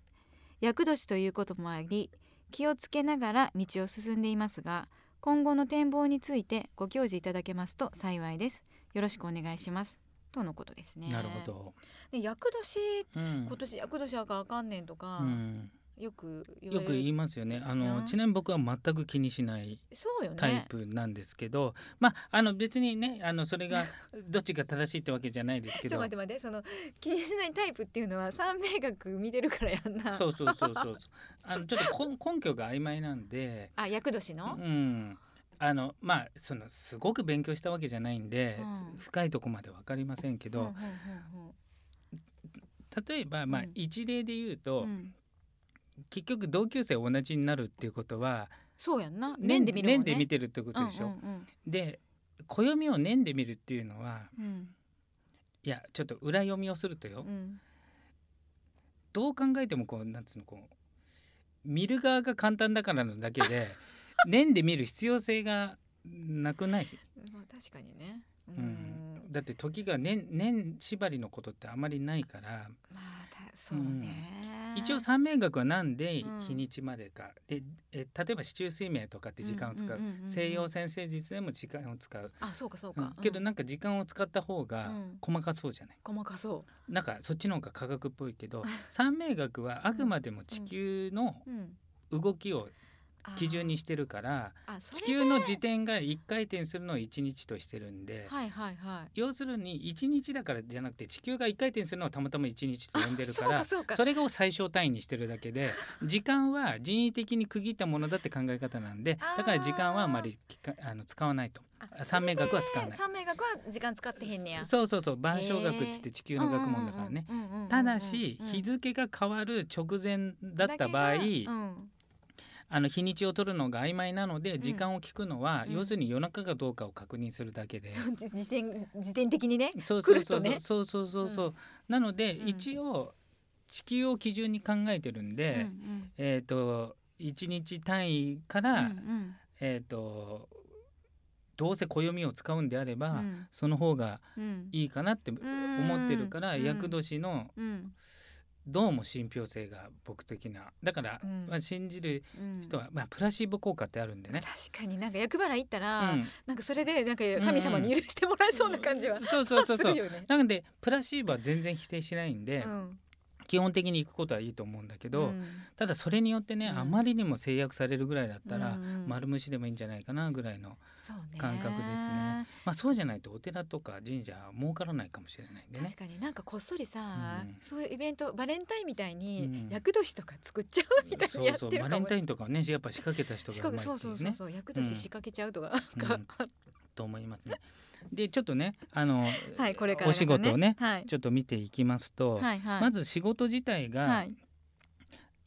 [SPEAKER 1] 厄年ということもあり、気をつけながら道を進んでいますが、今後の展望についてご教示いただけますと幸いです。よろしくお願いします。とのことですね。
[SPEAKER 2] なるほ。ど。
[SPEAKER 1] で厄年
[SPEAKER 2] うん
[SPEAKER 1] 今年厄年あかあかんねんとか、
[SPEAKER 2] うん
[SPEAKER 1] よく言わ
[SPEAKER 2] よ
[SPEAKER 1] れ
[SPEAKER 2] く
[SPEAKER 1] る。
[SPEAKER 2] 言いますよね。あ
[SPEAKER 1] う
[SPEAKER 2] の、
[SPEAKER 1] ん
[SPEAKER 2] ちなみに僕は全く気にしない
[SPEAKER 1] そうよね。
[SPEAKER 2] タイプなんですけど、まああの別にねあのそれがどっちが正しいってわけじゃないです け
[SPEAKER 1] ちょっと
[SPEAKER 2] ど
[SPEAKER 1] 待っ。て待ってその気にしないタイプっていうのは三名学見てるからやんな
[SPEAKER 2] そうそうそうそう そう。あのちょっと根根拠が曖昧なんで、
[SPEAKER 1] あ厄年
[SPEAKER 2] う
[SPEAKER 1] の、
[SPEAKER 2] ん。あのまあそのすごく勉強したわけじゃないんで、
[SPEAKER 1] うん
[SPEAKER 2] 深いとこまでわかりませんけ
[SPEAKER 1] うん
[SPEAKER 2] ど、
[SPEAKER 1] うん
[SPEAKER 2] 例えばまあ
[SPEAKER 1] うん
[SPEAKER 2] 一例で言う
[SPEAKER 1] うんうん
[SPEAKER 2] と、
[SPEAKER 1] うん
[SPEAKER 2] 結局同級生同じになるっていうことは
[SPEAKER 1] そうやんな年で見るもんね
[SPEAKER 2] 年で見
[SPEAKER 1] て
[SPEAKER 2] てるってことでしょ。
[SPEAKER 1] うんうん
[SPEAKER 2] で暦を年で見るっていうのは
[SPEAKER 1] うん
[SPEAKER 2] いやちょっと裏読みをするとよ、
[SPEAKER 1] うんうん
[SPEAKER 2] どう考えてもこうなんつうのこう見る側が簡単だからのだけで年で見る必要性がなくない、
[SPEAKER 1] まあ確かにねう
[SPEAKER 2] うん
[SPEAKER 1] ん、
[SPEAKER 2] だって時が年年縛りのことってあまりないから、
[SPEAKER 1] まあたそうね、
[SPEAKER 2] 一応三名学はなんで
[SPEAKER 1] うん
[SPEAKER 2] 日にちまでか、でえ例えば四柱推命とかって時間を使う,、
[SPEAKER 1] んんんん
[SPEAKER 2] 西洋先生術でも時間を使う、
[SPEAKER 1] あそうかそうか、
[SPEAKER 2] うんけど
[SPEAKER 1] うん
[SPEAKER 2] なんか時間を使った方が
[SPEAKER 1] うん
[SPEAKER 2] 細かそうじゃない、
[SPEAKER 1] 細かそ
[SPEAKER 2] なんかそっちの方が科学っぽいけど 三名学はあくまでも地球の
[SPEAKER 1] う、うん、
[SPEAKER 2] 動きを
[SPEAKER 1] あー
[SPEAKER 2] 基準にしてるから
[SPEAKER 1] あそれ
[SPEAKER 2] 地球の自転が1回転するのを1日としてるんで、
[SPEAKER 1] はいはいはい
[SPEAKER 2] 要するに1日だからじゃなくて地球が1回転するのをたまたま1日と呼んでるか
[SPEAKER 1] そう
[SPEAKER 2] ら
[SPEAKER 1] かそうか
[SPEAKER 2] それを最小単位にしてるだ けで時間は人為的に区切ったものだって考え方なんでだから時間はあまりきかあの使わないと
[SPEAKER 1] あ
[SPEAKER 2] 三名学は使わない。
[SPEAKER 1] 三名学は時間使ってへんねや
[SPEAKER 2] そうそうそう万象学って言って地球の学問だからね、
[SPEAKER 1] うんうんうんうんうんうん
[SPEAKER 2] ただし
[SPEAKER 1] うん
[SPEAKER 2] 日付が変わる直前だった場合、
[SPEAKER 1] だけがうん
[SPEAKER 2] あの日にちを取るのが曖昧なので時間を聞くのは、
[SPEAKER 1] うん
[SPEAKER 2] 要するに夜中かどうかを確認するだけで、
[SPEAKER 1] そうじ時点時点的にね
[SPEAKER 2] そうそう
[SPEAKER 1] 来る
[SPEAKER 2] そ
[SPEAKER 1] と
[SPEAKER 2] う、
[SPEAKER 1] ね
[SPEAKER 2] そうそうそうそう、なので、
[SPEAKER 1] うん
[SPEAKER 2] 一応地球を基準に考えてるん
[SPEAKER 1] う
[SPEAKER 2] で、
[SPEAKER 1] ん
[SPEAKER 2] えっ、と1日単位から、
[SPEAKER 1] うんうん
[SPEAKER 2] えっ、とどうせ暦を使うんであれば、
[SPEAKER 1] うん
[SPEAKER 2] その方が
[SPEAKER 1] うん
[SPEAKER 2] いいかなって思ってるから
[SPEAKER 1] うん
[SPEAKER 2] 厄年の
[SPEAKER 1] うん
[SPEAKER 2] どうも信憑性が僕的なだから、
[SPEAKER 1] うん
[SPEAKER 2] まあ、信じる
[SPEAKER 1] うん
[SPEAKER 2] 人は、まあ、プラシーボ効果ってあるんでね。
[SPEAKER 1] 確かになんか役払い行った
[SPEAKER 2] う
[SPEAKER 1] ら
[SPEAKER 2] ん、
[SPEAKER 1] なんかそれでなんか神様に許してもらえそうな感じは
[SPEAKER 2] そうそうそう
[SPEAKER 1] す
[SPEAKER 2] そう
[SPEAKER 1] るよね
[SPEAKER 2] なのでプラシーボは全然否定しないんで、
[SPEAKER 1] うん
[SPEAKER 2] 基本的に行くことはいいと思うんだけ
[SPEAKER 1] う
[SPEAKER 2] ど、
[SPEAKER 1] ん
[SPEAKER 2] ただそれによってね、
[SPEAKER 1] うん
[SPEAKER 2] あまりにも制約されるぐらいだったら、
[SPEAKER 1] うんうん
[SPEAKER 2] 丸虫でもいいんじゃないかなぐらいの、
[SPEAKER 1] そうね
[SPEAKER 2] 感覚ですねまあ、そうじゃないとお寺とか神社は儲からないかもしれないんでね
[SPEAKER 1] 確。かになんかこっそりさ
[SPEAKER 2] うん
[SPEAKER 1] そういうイベントバレンタインみたいうに
[SPEAKER 2] ん
[SPEAKER 1] 厄年とか作っちゃうみたいに
[SPEAKER 2] そ
[SPEAKER 1] やっ
[SPEAKER 2] う
[SPEAKER 1] て
[SPEAKER 2] そ
[SPEAKER 1] る
[SPEAKER 2] う
[SPEAKER 1] か
[SPEAKER 2] バレン
[SPEAKER 1] も
[SPEAKER 2] タインとかはねやっぱ仕掛けた人
[SPEAKER 1] しか
[SPEAKER 2] がうま
[SPEAKER 1] も
[SPEAKER 2] いってい
[SPEAKER 1] そう
[SPEAKER 2] ね
[SPEAKER 1] そうそうそう厄年仕掛けちゃうとかなんか
[SPEAKER 2] と思いますね。でちょっとねあの、
[SPEAKER 1] はいこれから
[SPEAKER 2] お
[SPEAKER 1] が
[SPEAKER 2] 仕事をね
[SPEAKER 1] はい
[SPEAKER 2] ちょっと見ていきますと、
[SPEAKER 1] はいはい
[SPEAKER 2] まず仕事自体が、
[SPEAKER 1] はい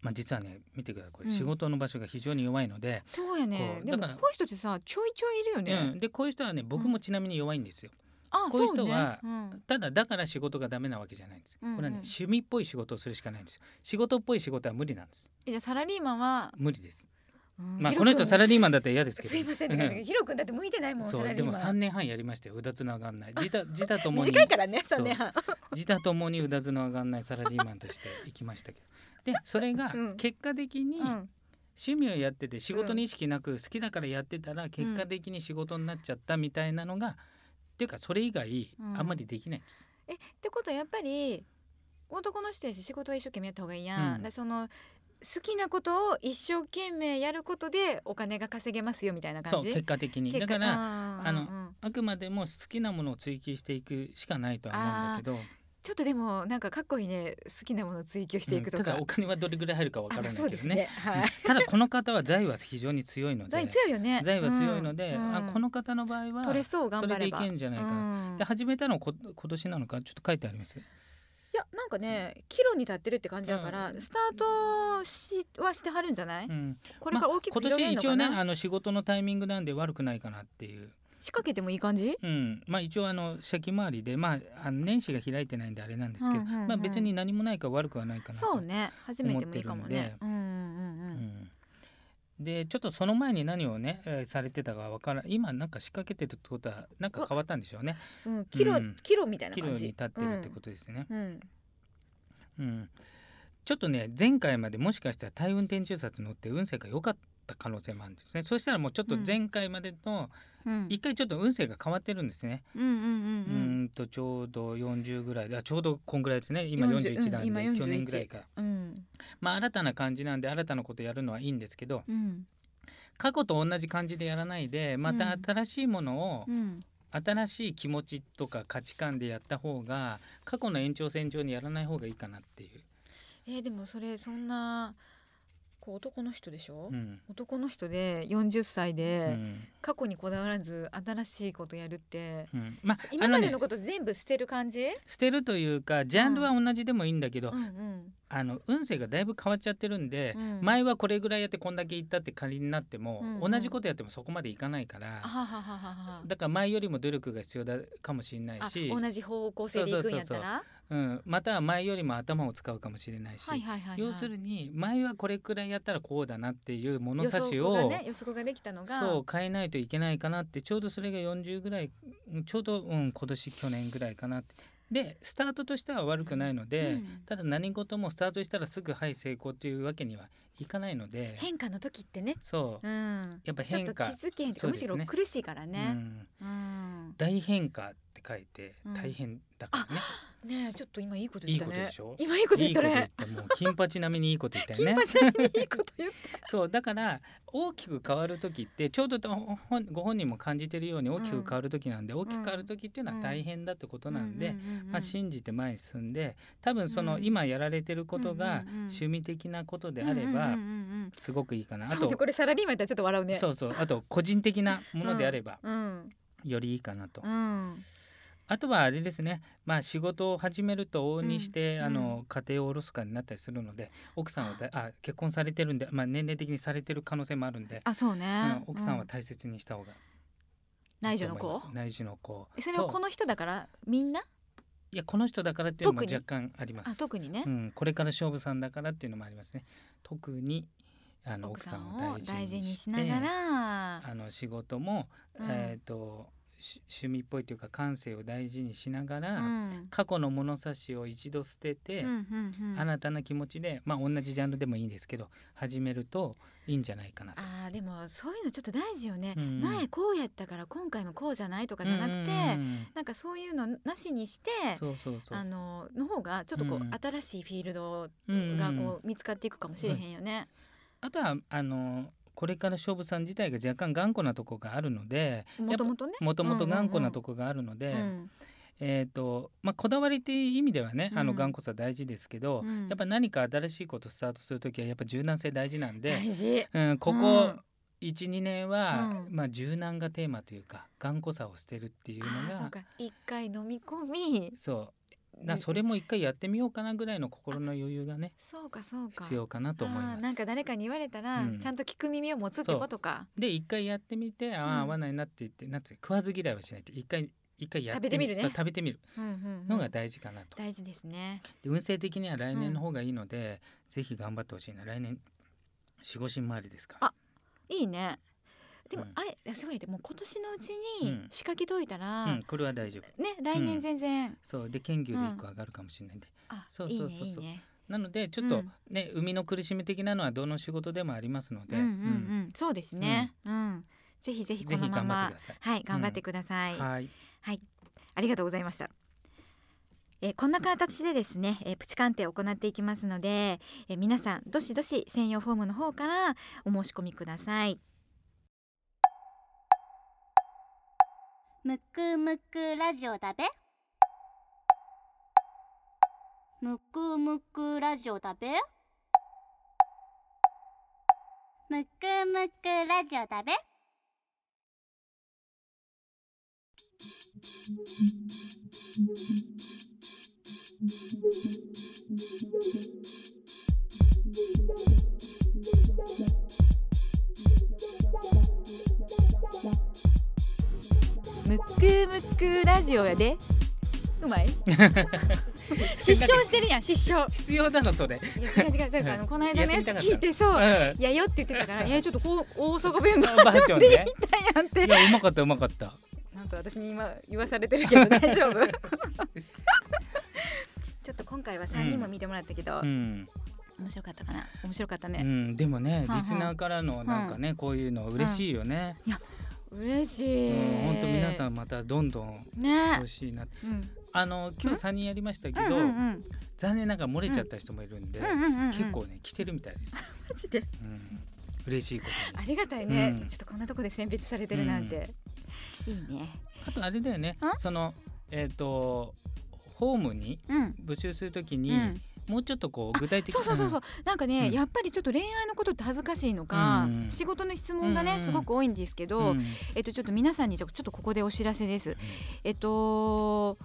[SPEAKER 2] まあ、実はね見てくださいこれ、
[SPEAKER 1] うん
[SPEAKER 2] 仕事の場所が非常に弱いので、
[SPEAKER 1] そうやね
[SPEAKER 2] こう
[SPEAKER 1] でも
[SPEAKER 2] だ
[SPEAKER 1] こ
[SPEAKER 2] から
[SPEAKER 1] ういう人ってさちょいちょいいるよね、
[SPEAKER 2] うん、でこういう人はね僕もちなみに弱いんですよ。
[SPEAKER 1] あ
[SPEAKER 2] こういう人は
[SPEAKER 1] そうねうん
[SPEAKER 2] ただだから仕事がダメなわけじゃないんです。こ
[SPEAKER 1] うんうん
[SPEAKER 2] れはね趣味っぽい仕事をするしかないんですよ。仕事っぽい仕事は無理なんです。
[SPEAKER 1] えじゃあサラリーマンは、
[SPEAKER 2] 無理です。
[SPEAKER 1] うん
[SPEAKER 2] まあ
[SPEAKER 1] ヒロ
[SPEAKER 2] この人
[SPEAKER 1] 君
[SPEAKER 2] サラリーマンだったら嫌ですけど。
[SPEAKER 1] すいませんって
[SPEAKER 2] う
[SPEAKER 1] か
[SPEAKER 2] ん
[SPEAKER 1] ヒロ君だって向いてないもんサ
[SPEAKER 2] そ
[SPEAKER 1] ラ
[SPEAKER 2] う
[SPEAKER 1] リ
[SPEAKER 2] で
[SPEAKER 1] ー
[SPEAKER 2] も
[SPEAKER 1] マ
[SPEAKER 2] 3
[SPEAKER 1] ン
[SPEAKER 2] 年半やりましたようだつの上がんない 自他自他ともに
[SPEAKER 1] 短いからね
[SPEAKER 2] そう
[SPEAKER 1] 3年半
[SPEAKER 2] 自他ともにうだつの上がんないサラリーマンとして行きましたけどでそれが
[SPEAKER 1] うん
[SPEAKER 2] 結果的に
[SPEAKER 1] うん
[SPEAKER 2] 趣味をやってて仕事に意識なく好きだからやってたら結果的に仕事になっちゃったみたいなのが、っていうかそれ以外
[SPEAKER 1] うん
[SPEAKER 2] あんまりできないんです。
[SPEAKER 1] えってことはやっぱり男の人やし仕事は一生懸命やった方がいいやん、だ
[SPEAKER 2] うん
[SPEAKER 1] からその好きなことを一生懸命やることでお金が稼げますよみたいな
[SPEAKER 2] そ
[SPEAKER 1] 感
[SPEAKER 2] う
[SPEAKER 1] じ
[SPEAKER 2] 結果的に
[SPEAKER 1] 結
[SPEAKER 2] だ
[SPEAKER 1] 果
[SPEAKER 2] から
[SPEAKER 1] あ
[SPEAKER 2] あ
[SPEAKER 1] の
[SPEAKER 2] のあくまでも好きなものを追求していくしかないとは思うんだけど
[SPEAKER 1] ちょっとでもなんかかっこいいね好きなものを追求していくと
[SPEAKER 2] うん
[SPEAKER 1] か、
[SPEAKER 2] ただお金はどれぐらい入るかわ
[SPEAKER 1] あま
[SPEAKER 2] から
[SPEAKER 1] あ
[SPEAKER 2] ない
[SPEAKER 1] そう
[SPEAKER 2] け
[SPEAKER 1] で
[SPEAKER 2] ど
[SPEAKER 1] す
[SPEAKER 2] ね
[SPEAKER 1] ねはい、
[SPEAKER 2] うんただこの方は財は非常に強いので
[SPEAKER 1] 財強いよね
[SPEAKER 2] 財は強いので、
[SPEAKER 1] うん
[SPEAKER 2] あこの方の場合は
[SPEAKER 1] 取れそう頑
[SPEAKER 2] そ
[SPEAKER 1] 張
[SPEAKER 2] れで
[SPEAKER 1] れ
[SPEAKER 2] い
[SPEAKER 1] ば
[SPEAKER 2] けんじゃないかな、
[SPEAKER 1] うん
[SPEAKER 2] で始めたのこ今年なのかちょっと書いてあります
[SPEAKER 1] いやなんかね岐路に立ってるって感じやから、スタートしはしてはるんじゃない、
[SPEAKER 2] うん、
[SPEAKER 1] これから大きく
[SPEAKER 2] まあ
[SPEAKER 1] 広げる
[SPEAKER 2] 今
[SPEAKER 1] の
[SPEAKER 2] 年一応
[SPEAKER 1] か
[SPEAKER 2] ね
[SPEAKER 1] な、
[SPEAKER 2] あの仕事のタイミングなんで悪くないかなっていう、
[SPEAKER 1] 仕掛けてもいい感じ
[SPEAKER 2] うんまあ、一応あの先回りで、まあ、あの年始が開いてないんであれなんですけど、
[SPEAKER 1] うんうんうん
[SPEAKER 2] まあ、別に何もないから悪くはないかなと
[SPEAKER 1] そうね初めてもいいかもねうんうんう
[SPEAKER 2] う
[SPEAKER 1] う
[SPEAKER 2] ん
[SPEAKER 1] ん
[SPEAKER 2] んでちょっとその前に何をねえーされてたかわから今なんか仕掛けてるってことはなんか変わったんでしょうね
[SPEAKER 1] うん岐路
[SPEAKER 2] うん
[SPEAKER 1] 岐路みたいな
[SPEAKER 2] 岐路
[SPEAKER 1] 感
[SPEAKER 2] に
[SPEAKER 1] じ
[SPEAKER 2] 立ってるってことですね、
[SPEAKER 1] とうん
[SPEAKER 2] うん、ちょっとね前回までもしかしたら大運転中札乗って運勢が良かった可能性もあるんですねそしたらもうちょっと前回までと
[SPEAKER 3] うん
[SPEAKER 2] 一回ちょっと運勢が変わってるんですね、
[SPEAKER 3] うんうん
[SPEAKER 2] うーん、とちょうど40ぐらいであちょうどこんぐらいですね今
[SPEAKER 1] 40
[SPEAKER 2] 41なん
[SPEAKER 1] うん今
[SPEAKER 2] で、
[SPEAKER 1] 41
[SPEAKER 2] 去年ぐらいから
[SPEAKER 1] うん
[SPEAKER 2] まあ新たな感じなんで新たなことやるのはいいんですけど
[SPEAKER 3] うん
[SPEAKER 2] 過去と同じ感じでやらないでまた
[SPEAKER 3] うん
[SPEAKER 2] 新しいものを、
[SPEAKER 3] うん
[SPEAKER 2] 新しい気持ちとか価値観でやった方が過去の延長線上にやらない方がいいかなっていう。
[SPEAKER 1] えーでもそれそんなこう男の人でしょ、
[SPEAKER 2] うん
[SPEAKER 1] 男の人で40歳
[SPEAKER 2] う
[SPEAKER 1] で
[SPEAKER 2] ん
[SPEAKER 1] 過去にこだわらず新しいことやるって
[SPEAKER 2] うん、まあ
[SPEAKER 1] 今
[SPEAKER 2] あの
[SPEAKER 1] ま
[SPEAKER 2] ね
[SPEAKER 1] でのこと全部捨てる感じ、
[SPEAKER 2] 捨てるというかジャンルは同じでもいいんだけど、
[SPEAKER 1] うんうん
[SPEAKER 2] あの運勢がだいぶ変わっちゃってるんで、
[SPEAKER 1] うん
[SPEAKER 2] 前はこれぐらいやってこんだけいったって仮になっても、
[SPEAKER 1] うんうん
[SPEAKER 2] 同じことやってもそこまでいかないから、
[SPEAKER 1] あははははは
[SPEAKER 2] だから前よりも努力が必要だかもしれない
[SPEAKER 1] あ
[SPEAKER 2] し、
[SPEAKER 1] 同じ方向性でいくんやったら
[SPEAKER 2] うん、または前よりも頭を使うかもしれないし、
[SPEAKER 1] はいはいはいはい
[SPEAKER 2] 要するに前はこれくらいやったらこうだなっていう物
[SPEAKER 1] 予
[SPEAKER 2] 差し
[SPEAKER 1] 測
[SPEAKER 2] を
[SPEAKER 1] が、ね予測ができたのが
[SPEAKER 2] そう変えないといけないかなってちょうどそれが40ぐらいうんちょうど、うん、今年去年ぐらいかなってでスタートとしては悪くないので、
[SPEAKER 3] うん
[SPEAKER 2] ただ何事もスタートしたらすぐはい成功というわけにはいかないので
[SPEAKER 1] 変化の時ってね、
[SPEAKER 2] そう、
[SPEAKER 1] うん、
[SPEAKER 2] やっぱ
[SPEAKER 1] ちょっ
[SPEAKER 2] 変
[SPEAKER 1] と気
[SPEAKER 2] 化、
[SPEAKER 1] づけへんとか、
[SPEAKER 2] そう
[SPEAKER 1] む
[SPEAKER 2] で
[SPEAKER 1] し
[SPEAKER 2] すね
[SPEAKER 1] ろ苦しいから
[SPEAKER 2] う
[SPEAKER 1] ね、
[SPEAKER 2] ん
[SPEAKER 1] うん
[SPEAKER 2] 大変化って書いて
[SPEAKER 1] うん
[SPEAKER 2] 大変だからね、
[SPEAKER 1] ねえちょっと今いいこと言ったね
[SPEAKER 2] いいことでしょ
[SPEAKER 1] 今いいこと
[SPEAKER 2] い
[SPEAKER 1] 言っ
[SPEAKER 2] い
[SPEAKER 1] た
[SPEAKER 2] こと言っ
[SPEAKER 1] ね
[SPEAKER 2] たもう金八並みにいいこと言ったよね
[SPEAKER 1] 金八にいいこと言った
[SPEAKER 2] そうだから大きく変わる時ってちょうどとほほんご本人も感じてるように大きく変わる時なんで、大きく変わる時っていうのは大変だってことなんで、まあ、信じて前に進んで多分その
[SPEAKER 1] うん
[SPEAKER 2] 今やられてることが
[SPEAKER 1] うんうんうん
[SPEAKER 2] 趣味的なことであればすごくいいかな、
[SPEAKER 1] あ
[SPEAKER 2] あと
[SPEAKER 1] とこれサラリーマンやったらちょっと笑うね
[SPEAKER 2] そううそうあと個人的なものであれば
[SPEAKER 1] ん
[SPEAKER 2] よりいいかなと、
[SPEAKER 1] うん
[SPEAKER 2] あとはあれですねまあ仕事を始めると往々にして、
[SPEAKER 1] うん
[SPEAKER 2] あの家庭をおろすかになったりするので奥さんをだあ結婚されてるんで、まあ、年齢的にされてる可能性もあるんで、
[SPEAKER 1] あそう
[SPEAKER 2] う
[SPEAKER 1] ね
[SPEAKER 2] ん、奥さんは大切にした方が
[SPEAKER 1] 内
[SPEAKER 2] いい
[SPEAKER 1] 助の
[SPEAKER 2] と思いま
[SPEAKER 1] 子
[SPEAKER 2] す内需の子
[SPEAKER 1] それは
[SPEAKER 2] と
[SPEAKER 1] この人だからみんない
[SPEAKER 2] やこの人だからっていうのも
[SPEAKER 1] 特に
[SPEAKER 2] 若干あります
[SPEAKER 1] あ特にね
[SPEAKER 2] うん、これから勝負さんだからっていうのもありますね特にあの
[SPEAKER 1] 奥
[SPEAKER 2] 奥
[SPEAKER 1] さ
[SPEAKER 2] さん
[SPEAKER 1] ん
[SPEAKER 2] を
[SPEAKER 1] を
[SPEAKER 2] 大事にして
[SPEAKER 1] 大事にしながら
[SPEAKER 2] あの仕事も、
[SPEAKER 1] うん
[SPEAKER 2] えっ、とし趣味っぽいというか感性を大事にしなが
[SPEAKER 1] う
[SPEAKER 2] ら、
[SPEAKER 1] ん
[SPEAKER 2] 過去の物差しを一度捨てて、新たな気持ちでまあ同じジャンルでもいいんですけど始めるといいんじゃないかなと。
[SPEAKER 1] あーでもそういうのちょっと大事よね、
[SPEAKER 2] うん
[SPEAKER 1] 前こうやったから今回もこうじゃないとかじゃなくて、
[SPEAKER 2] うんうん
[SPEAKER 1] なんかそういうのなしにして
[SPEAKER 2] うんそうそうそう
[SPEAKER 1] あのの方がちょっとこう、
[SPEAKER 2] うん
[SPEAKER 1] 新しいフィールド
[SPEAKER 2] うんうん
[SPEAKER 1] がこう見つかっていくかもしれへんよね。
[SPEAKER 2] あとはあのこれから勝負さん自体が若干頑固なとこがあるので
[SPEAKER 1] もともとね。
[SPEAKER 2] もともと頑固なとこがあるので、
[SPEAKER 1] うん
[SPEAKER 2] えーとまあ、こだわりっていう意味ではねあ
[SPEAKER 1] う
[SPEAKER 2] の
[SPEAKER 1] ん
[SPEAKER 2] 頑固さ大事ですけど、
[SPEAKER 1] うん
[SPEAKER 2] やっぱ何か新しいことスタートする時はやっぱ柔軟性大事なんで、
[SPEAKER 1] 大事。
[SPEAKER 2] うん、こ
[SPEAKER 1] う
[SPEAKER 2] こ
[SPEAKER 1] ん
[SPEAKER 2] 12、年は、
[SPEAKER 1] うん
[SPEAKER 2] まあ、柔軟がテーマというか頑固さを捨てるっていうの
[SPEAKER 1] ああそう
[SPEAKER 2] が
[SPEAKER 1] か一回飲み込み
[SPEAKER 2] そうなそれも一回やってみようかなぐらいの心の余裕がね
[SPEAKER 1] そうかそうか。
[SPEAKER 2] 必要かなと思い
[SPEAKER 1] あ
[SPEAKER 2] ま
[SPEAKER 1] ー
[SPEAKER 2] す。
[SPEAKER 1] なんか誰かに言われたら、
[SPEAKER 2] うん
[SPEAKER 1] ちゃんと聞く耳を持つってことか。
[SPEAKER 2] で一回やってみてあ
[SPEAKER 1] うん
[SPEAKER 2] あ合わないなって言って、なんつう食わず嫌いはしないって一回一回やって
[SPEAKER 1] 食べてみるね
[SPEAKER 2] そう食べてみる
[SPEAKER 1] うんうんうん
[SPEAKER 2] のが大事かなと。
[SPEAKER 1] 大事ですね。
[SPEAKER 2] で運勢的には来年の方がいいので、ぜひ頑張ってほしいな来年守護神回りですから
[SPEAKER 1] あいいね。でも、
[SPEAKER 2] うん
[SPEAKER 1] あれすごいでもう今年のうち
[SPEAKER 2] う
[SPEAKER 1] に
[SPEAKER 2] ん
[SPEAKER 1] 仕掛けといたら、
[SPEAKER 2] うん、これは大丈夫
[SPEAKER 1] ね来年全然、
[SPEAKER 2] そうで金牛で1個上がるかもしれないんで、
[SPEAKER 1] あ
[SPEAKER 2] そうそうそうそ
[SPEAKER 1] い
[SPEAKER 2] う
[SPEAKER 1] いねいいね。
[SPEAKER 2] なのでちょっ
[SPEAKER 1] う
[SPEAKER 2] と
[SPEAKER 1] ん
[SPEAKER 2] ね、生みの苦しみ的なのはどの仕事でもありますので、
[SPEAKER 1] うんうんうん、そうですね。うん、ぜひぜひ
[SPEAKER 2] ぜ
[SPEAKER 1] この
[SPEAKER 2] ひ
[SPEAKER 1] ま
[SPEAKER 2] 頑張って
[SPEAKER 1] ま
[SPEAKER 2] ください、
[SPEAKER 1] はい頑張ってください。
[SPEAKER 2] はい
[SPEAKER 1] ありがとうございました。
[SPEAKER 4] えーこんな形でですね、えープチ鑑定を行っていきますので、えー皆さんどしどし専用フォームの方からお申し込みください。
[SPEAKER 3] むくむくラジオだべむくむくラジオだべむくむくラジオだべ
[SPEAKER 1] ムックムックラジオやでう まい失笑してるやん失笑
[SPEAKER 2] 必要なのそれ。
[SPEAKER 1] いや違う違うだからあのこの間のやつ
[SPEAKER 2] やってみたかった
[SPEAKER 1] 聞いてそう
[SPEAKER 2] うん
[SPEAKER 1] いやよって言ってた からいやちょっとこう大阪弁だっ
[SPEAKER 2] バージョンね。
[SPEAKER 1] たやんっ
[SPEAKER 2] い
[SPEAKER 1] て
[SPEAKER 2] やうまかったうまかった。
[SPEAKER 1] なんか私に今言わされてるけど大丈 夫
[SPEAKER 4] ちょっと今回は3人も見てもらったけど、
[SPEAKER 2] うん。
[SPEAKER 1] 面白かったかな面白かった
[SPEAKER 2] う
[SPEAKER 1] ね、
[SPEAKER 2] んでもね
[SPEAKER 1] はい
[SPEAKER 2] リスナーからのなんかねこういうの嬉しいよね。
[SPEAKER 1] 嬉し
[SPEAKER 2] う
[SPEAKER 1] い
[SPEAKER 2] ん本当皆さんまたどんどん
[SPEAKER 1] ね
[SPEAKER 2] 欲しいな。
[SPEAKER 1] うん
[SPEAKER 2] あの今日三人やりましたけど
[SPEAKER 1] うんうん
[SPEAKER 2] 残念ながら漏れちゃった人もいるんで
[SPEAKER 1] うんうんうんうん
[SPEAKER 2] 結構ね来てるみたいです。
[SPEAKER 1] マジで
[SPEAKER 2] うん嬉しいこと
[SPEAKER 1] あ
[SPEAKER 2] に。
[SPEAKER 1] りがたいね、
[SPEAKER 2] うん
[SPEAKER 1] ちょっとこんなとこで選別されてるなんて、いいね
[SPEAKER 2] あとあれだよねそのえっとホームに
[SPEAKER 1] うん
[SPEAKER 2] 募集するとき
[SPEAKER 1] う
[SPEAKER 2] に
[SPEAKER 1] ん、
[SPEAKER 2] もうちょっとこう具体的
[SPEAKER 1] そうそうそうそうなんかね、
[SPEAKER 2] うん
[SPEAKER 1] やっぱりちょっと恋愛のことって恥ずかしいのか、
[SPEAKER 2] うん
[SPEAKER 1] 仕事の質問がね、
[SPEAKER 2] うん
[SPEAKER 1] すごく多いんですけど、
[SPEAKER 2] うん
[SPEAKER 1] えっと、ちょっと皆さんにじゃあちょっとここでお知らせです。えっと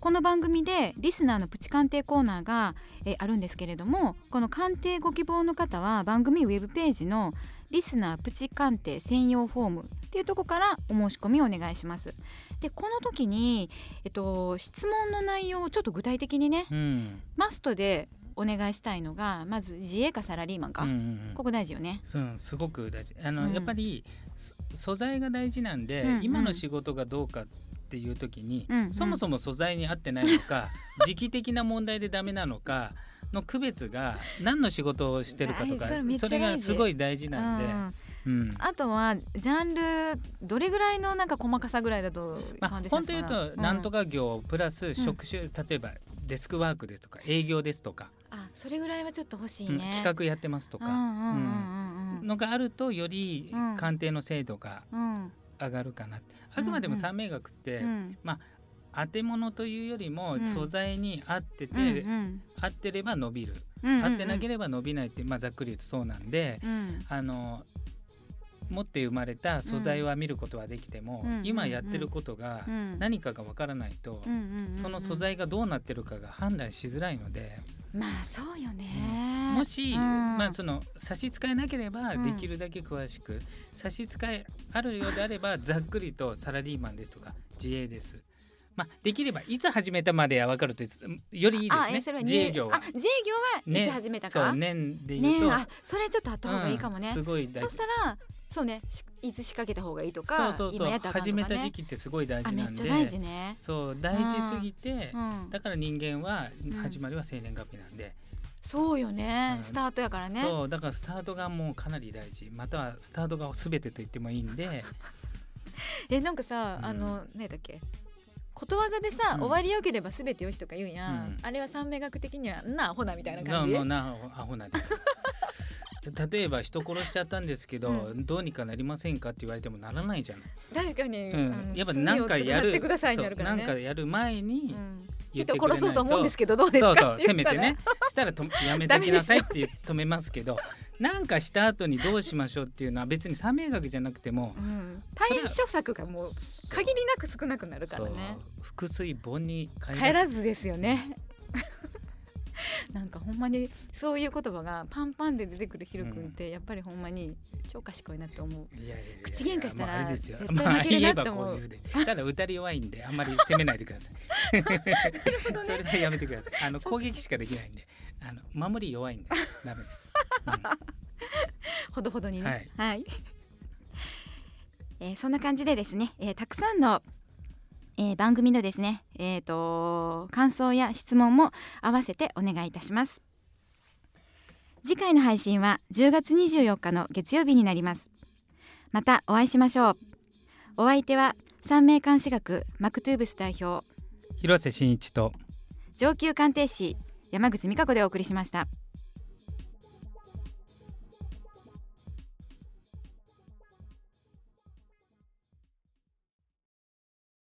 [SPEAKER 1] この番組でリスナーのプチ鑑定コーナーがえあるんですけれどもこの鑑定ご希望の方は番組ウェブページのリスナープチ鑑定専用フォームっていうとこからお申し込みをお願いします。でこの時に、えっと、質問の内容をちょっと具体的にね
[SPEAKER 2] うん
[SPEAKER 1] マストでお願いしたいのがまず自営かサラリーマンか、
[SPEAKER 2] うんうんうん
[SPEAKER 1] ここ大事よね。
[SPEAKER 2] そうすごく大事あの、
[SPEAKER 1] うん
[SPEAKER 2] やっぱりそ素材が大事なんで、
[SPEAKER 1] うんうん
[SPEAKER 2] 今の仕事がどうかっていう時に、
[SPEAKER 1] うんうん
[SPEAKER 2] そもそも素材に合ってないの か時期的な問題でダメなのかの区別が何の仕事をしてるかと
[SPEAKER 1] 大事
[SPEAKER 2] か
[SPEAKER 1] それめっちゃ
[SPEAKER 2] それが
[SPEAKER 1] 大事
[SPEAKER 2] すごい大事なんで、
[SPEAKER 1] うん
[SPEAKER 2] うん
[SPEAKER 1] あとはジャンルどれぐらいのなんか細かさぐらいだと
[SPEAKER 2] ま
[SPEAKER 1] 感
[SPEAKER 2] あ、
[SPEAKER 1] じ
[SPEAKER 2] 本当言うと、なんと
[SPEAKER 1] か、
[SPEAKER 2] か業プラス職種、例えばデスクワークですとか営業ですとか、
[SPEAKER 1] あそれぐらいはちょっと欲しい
[SPEAKER 2] うん
[SPEAKER 1] ね、
[SPEAKER 2] 企画やってますと
[SPEAKER 1] う
[SPEAKER 2] か
[SPEAKER 1] んうんうんうん
[SPEAKER 2] のがあるとより
[SPEAKER 1] うん
[SPEAKER 2] 鑑定の精度が
[SPEAKER 1] うん
[SPEAKER 2] 上がるかなってあくまで
[SPEAKER 1] う
[SPEAKER 2] も
[SPEAKER 1] んうん
[SPEAKER 2] 三名学って、
[SPEAKER 1] うん
[SPEAKER 2] 当て物というより
[SPEAKER 1] う
[SPEAKER 2] も
[SPEAKER 1] ん
[SPEAKER 2] 素材に合ってて、
[SPEAKER 1] うん
[SPEAKER 2] 合ってれば伸びる、
[SPEAKER 1] うん
[SPEAKER 2] 合ってなけ
[SPEAKER 1] れ
[SPEAKER 2] れば伸びないって、まあ、ざっくり言うとそうなんで、
[SPEAKER 1] ば、うん
[SPEAKER 2] あの持って生まれた素材は見ることはできても、
[SPEAKER 1] うん
[SPEAKER 2] 今やってることが
[SPEAKER 1] うん
[SPEAKER 2] 何かがわからないと、
[SPEAKER 1] うんうんうん
[SPEAKER 2] その素材がどうなってるかが判断しづらいので、
[SPEAKER 1] まあそうよね、
[SPEAKER 2] もし、
[SPEAKER 1] うん
[SPEAKER 2] まあ、その差し支えなければ
[SPEAKER 1] うん
[SPEAKER 2] できるだけ詳しく、差し支えあるようであれ ばざっくりとサラリーマンですとか自営です。まあ、できればいつ始めたまでは分かるとよりいいで
[SPEAKER 1] あ
[SPEAKER 2] す
[SPEAKER 1] え
[SPEAKER 2] ね
[SPEAKER 1] それは
[SPEAKER 2] 自営業は
[SPEAKER 1] あ。自営業はいつ始めた
[SPEAKER 2] そ
[SPEAKER 1] か、
[SPEAKER 2] う
[SPEAKER 1] ね
[SPEAKER 2] 年で言うと、
[SPEAKER 1] あそれちょっとあった方がいいかもね、
[SPEAKER 2] うんすごい大
[SPEAKER 1] そし
[SPEAKER 2] 事
[SPEAKER 1] たらそうねしいつ仕掛けた方がいいと
[SPEAKER 2] そ
[SPEAKER 1] か
[SPEAKER 2] うそうそう、
[SPEAKER 1] 今やったらあかん
[SPEAKER 2] 始
[SPEAKER 1] とか、ね、
[SPEAKER 2] めた時期ってすごい大
[SPEAKER 1] あ
[SPEAKER 2] 事
[SPEAKER 1] め
[SPEAKER 2] な
[SPEAKER 1] っ
[SPEAKER 2] ん
[SPEAKER 1] ち
[SPEAKER 2] で
[SPEAKER 1] ゃ大事ね、
[SPEAKER 2] そう大事すぎて、
[SPEAKER 1] うん、
[SPEAKER 2] だから人間は
[SPEAKER 1] ん
[SPEAKER 2] 始まりは生年月日なんで、
[SPEAKER 1] そうよね、
[SPEAKER 2] うん
[SPEAKER 1] スタートやからね
[SPEAKER 2] そうだからスタートがもうかなり大事またはスタートが全てと言ってもいいんで
[SPEAKER 1] えなんかさ、
[SPEAKER 2] うん
[SPEAKER 1] あの何だっけことわざでさ、
[SPEAKER 2] うん
[SPEAKER 1] 終わりよければ全てよしとか言うやん、
[SPEAKER 2] うん
[SPEAKER 1] あれは三名学的にはなあほなみたいな
[SPEAKER 2] な
[SPEAKER 1] 感じ
[SPEAKER 2] もうなアホなんです 例えば人殺しちゃったんですけど、
[SPEAKER 1] う
[SPEAKER 2] どうにかなりませんかって言われてもならないじゃない、
[SPEAKER 1] 確かに、
[SPEAKER 2] うん
[SPEAKER 1] あの
[SPEAKER 2] やっぱ
[SPEAKER 1] 罪
[SPEAKER 2] 何
[SPEAKER 1] を
[SPEAKER 2] かや
[SPEAKER 1] 償っ
[SPEAKER 2] る
[SPEAKER 1] てくださいに
[SPEAKER 2] そ
[SPEAKER 1] な
[SPEAKER 2] う
[SPEAKER 1] るから
[SPEAKER 2] 何
[SPEAKER 1] ね
[SPEAKER 2] かやる前に
[SPEAKER 1] うん
[SPEAKER 2] 言っ
[SPEAKER 1] 人
[SPEAKER 2] てくれないと、
[SPEAKER 1] 殺そうと思うんですけどどうです
[SPEAKER 2] そう
[SPEAKER 1] か
[SPEAKER 2] そう
[SPEAKER 1] って
[SPEAKER 2] せ
[SPEAKER 1] 言っ
[SPEAKER 2] め
[SPEAKER 1] た
[SPEAKER 2] て
[SPEAKER 1] ら
[SPEAKER 2] ねしたらとやめてきなさいって止めますけどなんかした後にどうしましょうっていうのは別に三名学じゃなくても
[SPEAKER 1] うん、対処策がもう限りなく少なくなるからね
[SPEAKER 2] そう複水盆に帰
[SPEAKER 1] 帰らずですよね なんかほんまにそういう言葉がパンパンで出てくるヒロ君ってやっぱりほんまに超賢いなと思う
[SPEAKER 2] いやいやいやいや
[SPEAKER 1] 口喧嘩したら
[SPEAKER 2] まああれですよ
[SPEAKER 1] 絶対負けるなって思う
[SPEAKER 2] まあ言えばこういうでただ歌り弱いんであんまり責めないでくださ いそれはやめてくださいあの
[SPEAKER 1] そう
[SPEAKER 2] 攻撃しかできないんであの守り 弱いんでダメです、
[SPEAKER 1] ほどほどにね
[SPEAKER 2] はい
[SPEAKER 1] はい
[SPEAKER 4] えーそんな感じでですね、えーたくさんの、えー番組のですね、えー、と感想や質問も合わせてお願いいたします次回の配信は10月24日の月曜日になりますまたお会いしましょうお相手は三名監視学マクトゥーブス代表
[SPEAKER 2] 広瀬真一と
[SPEAKER 1] 上級鑑定士山口美香子でお送りしました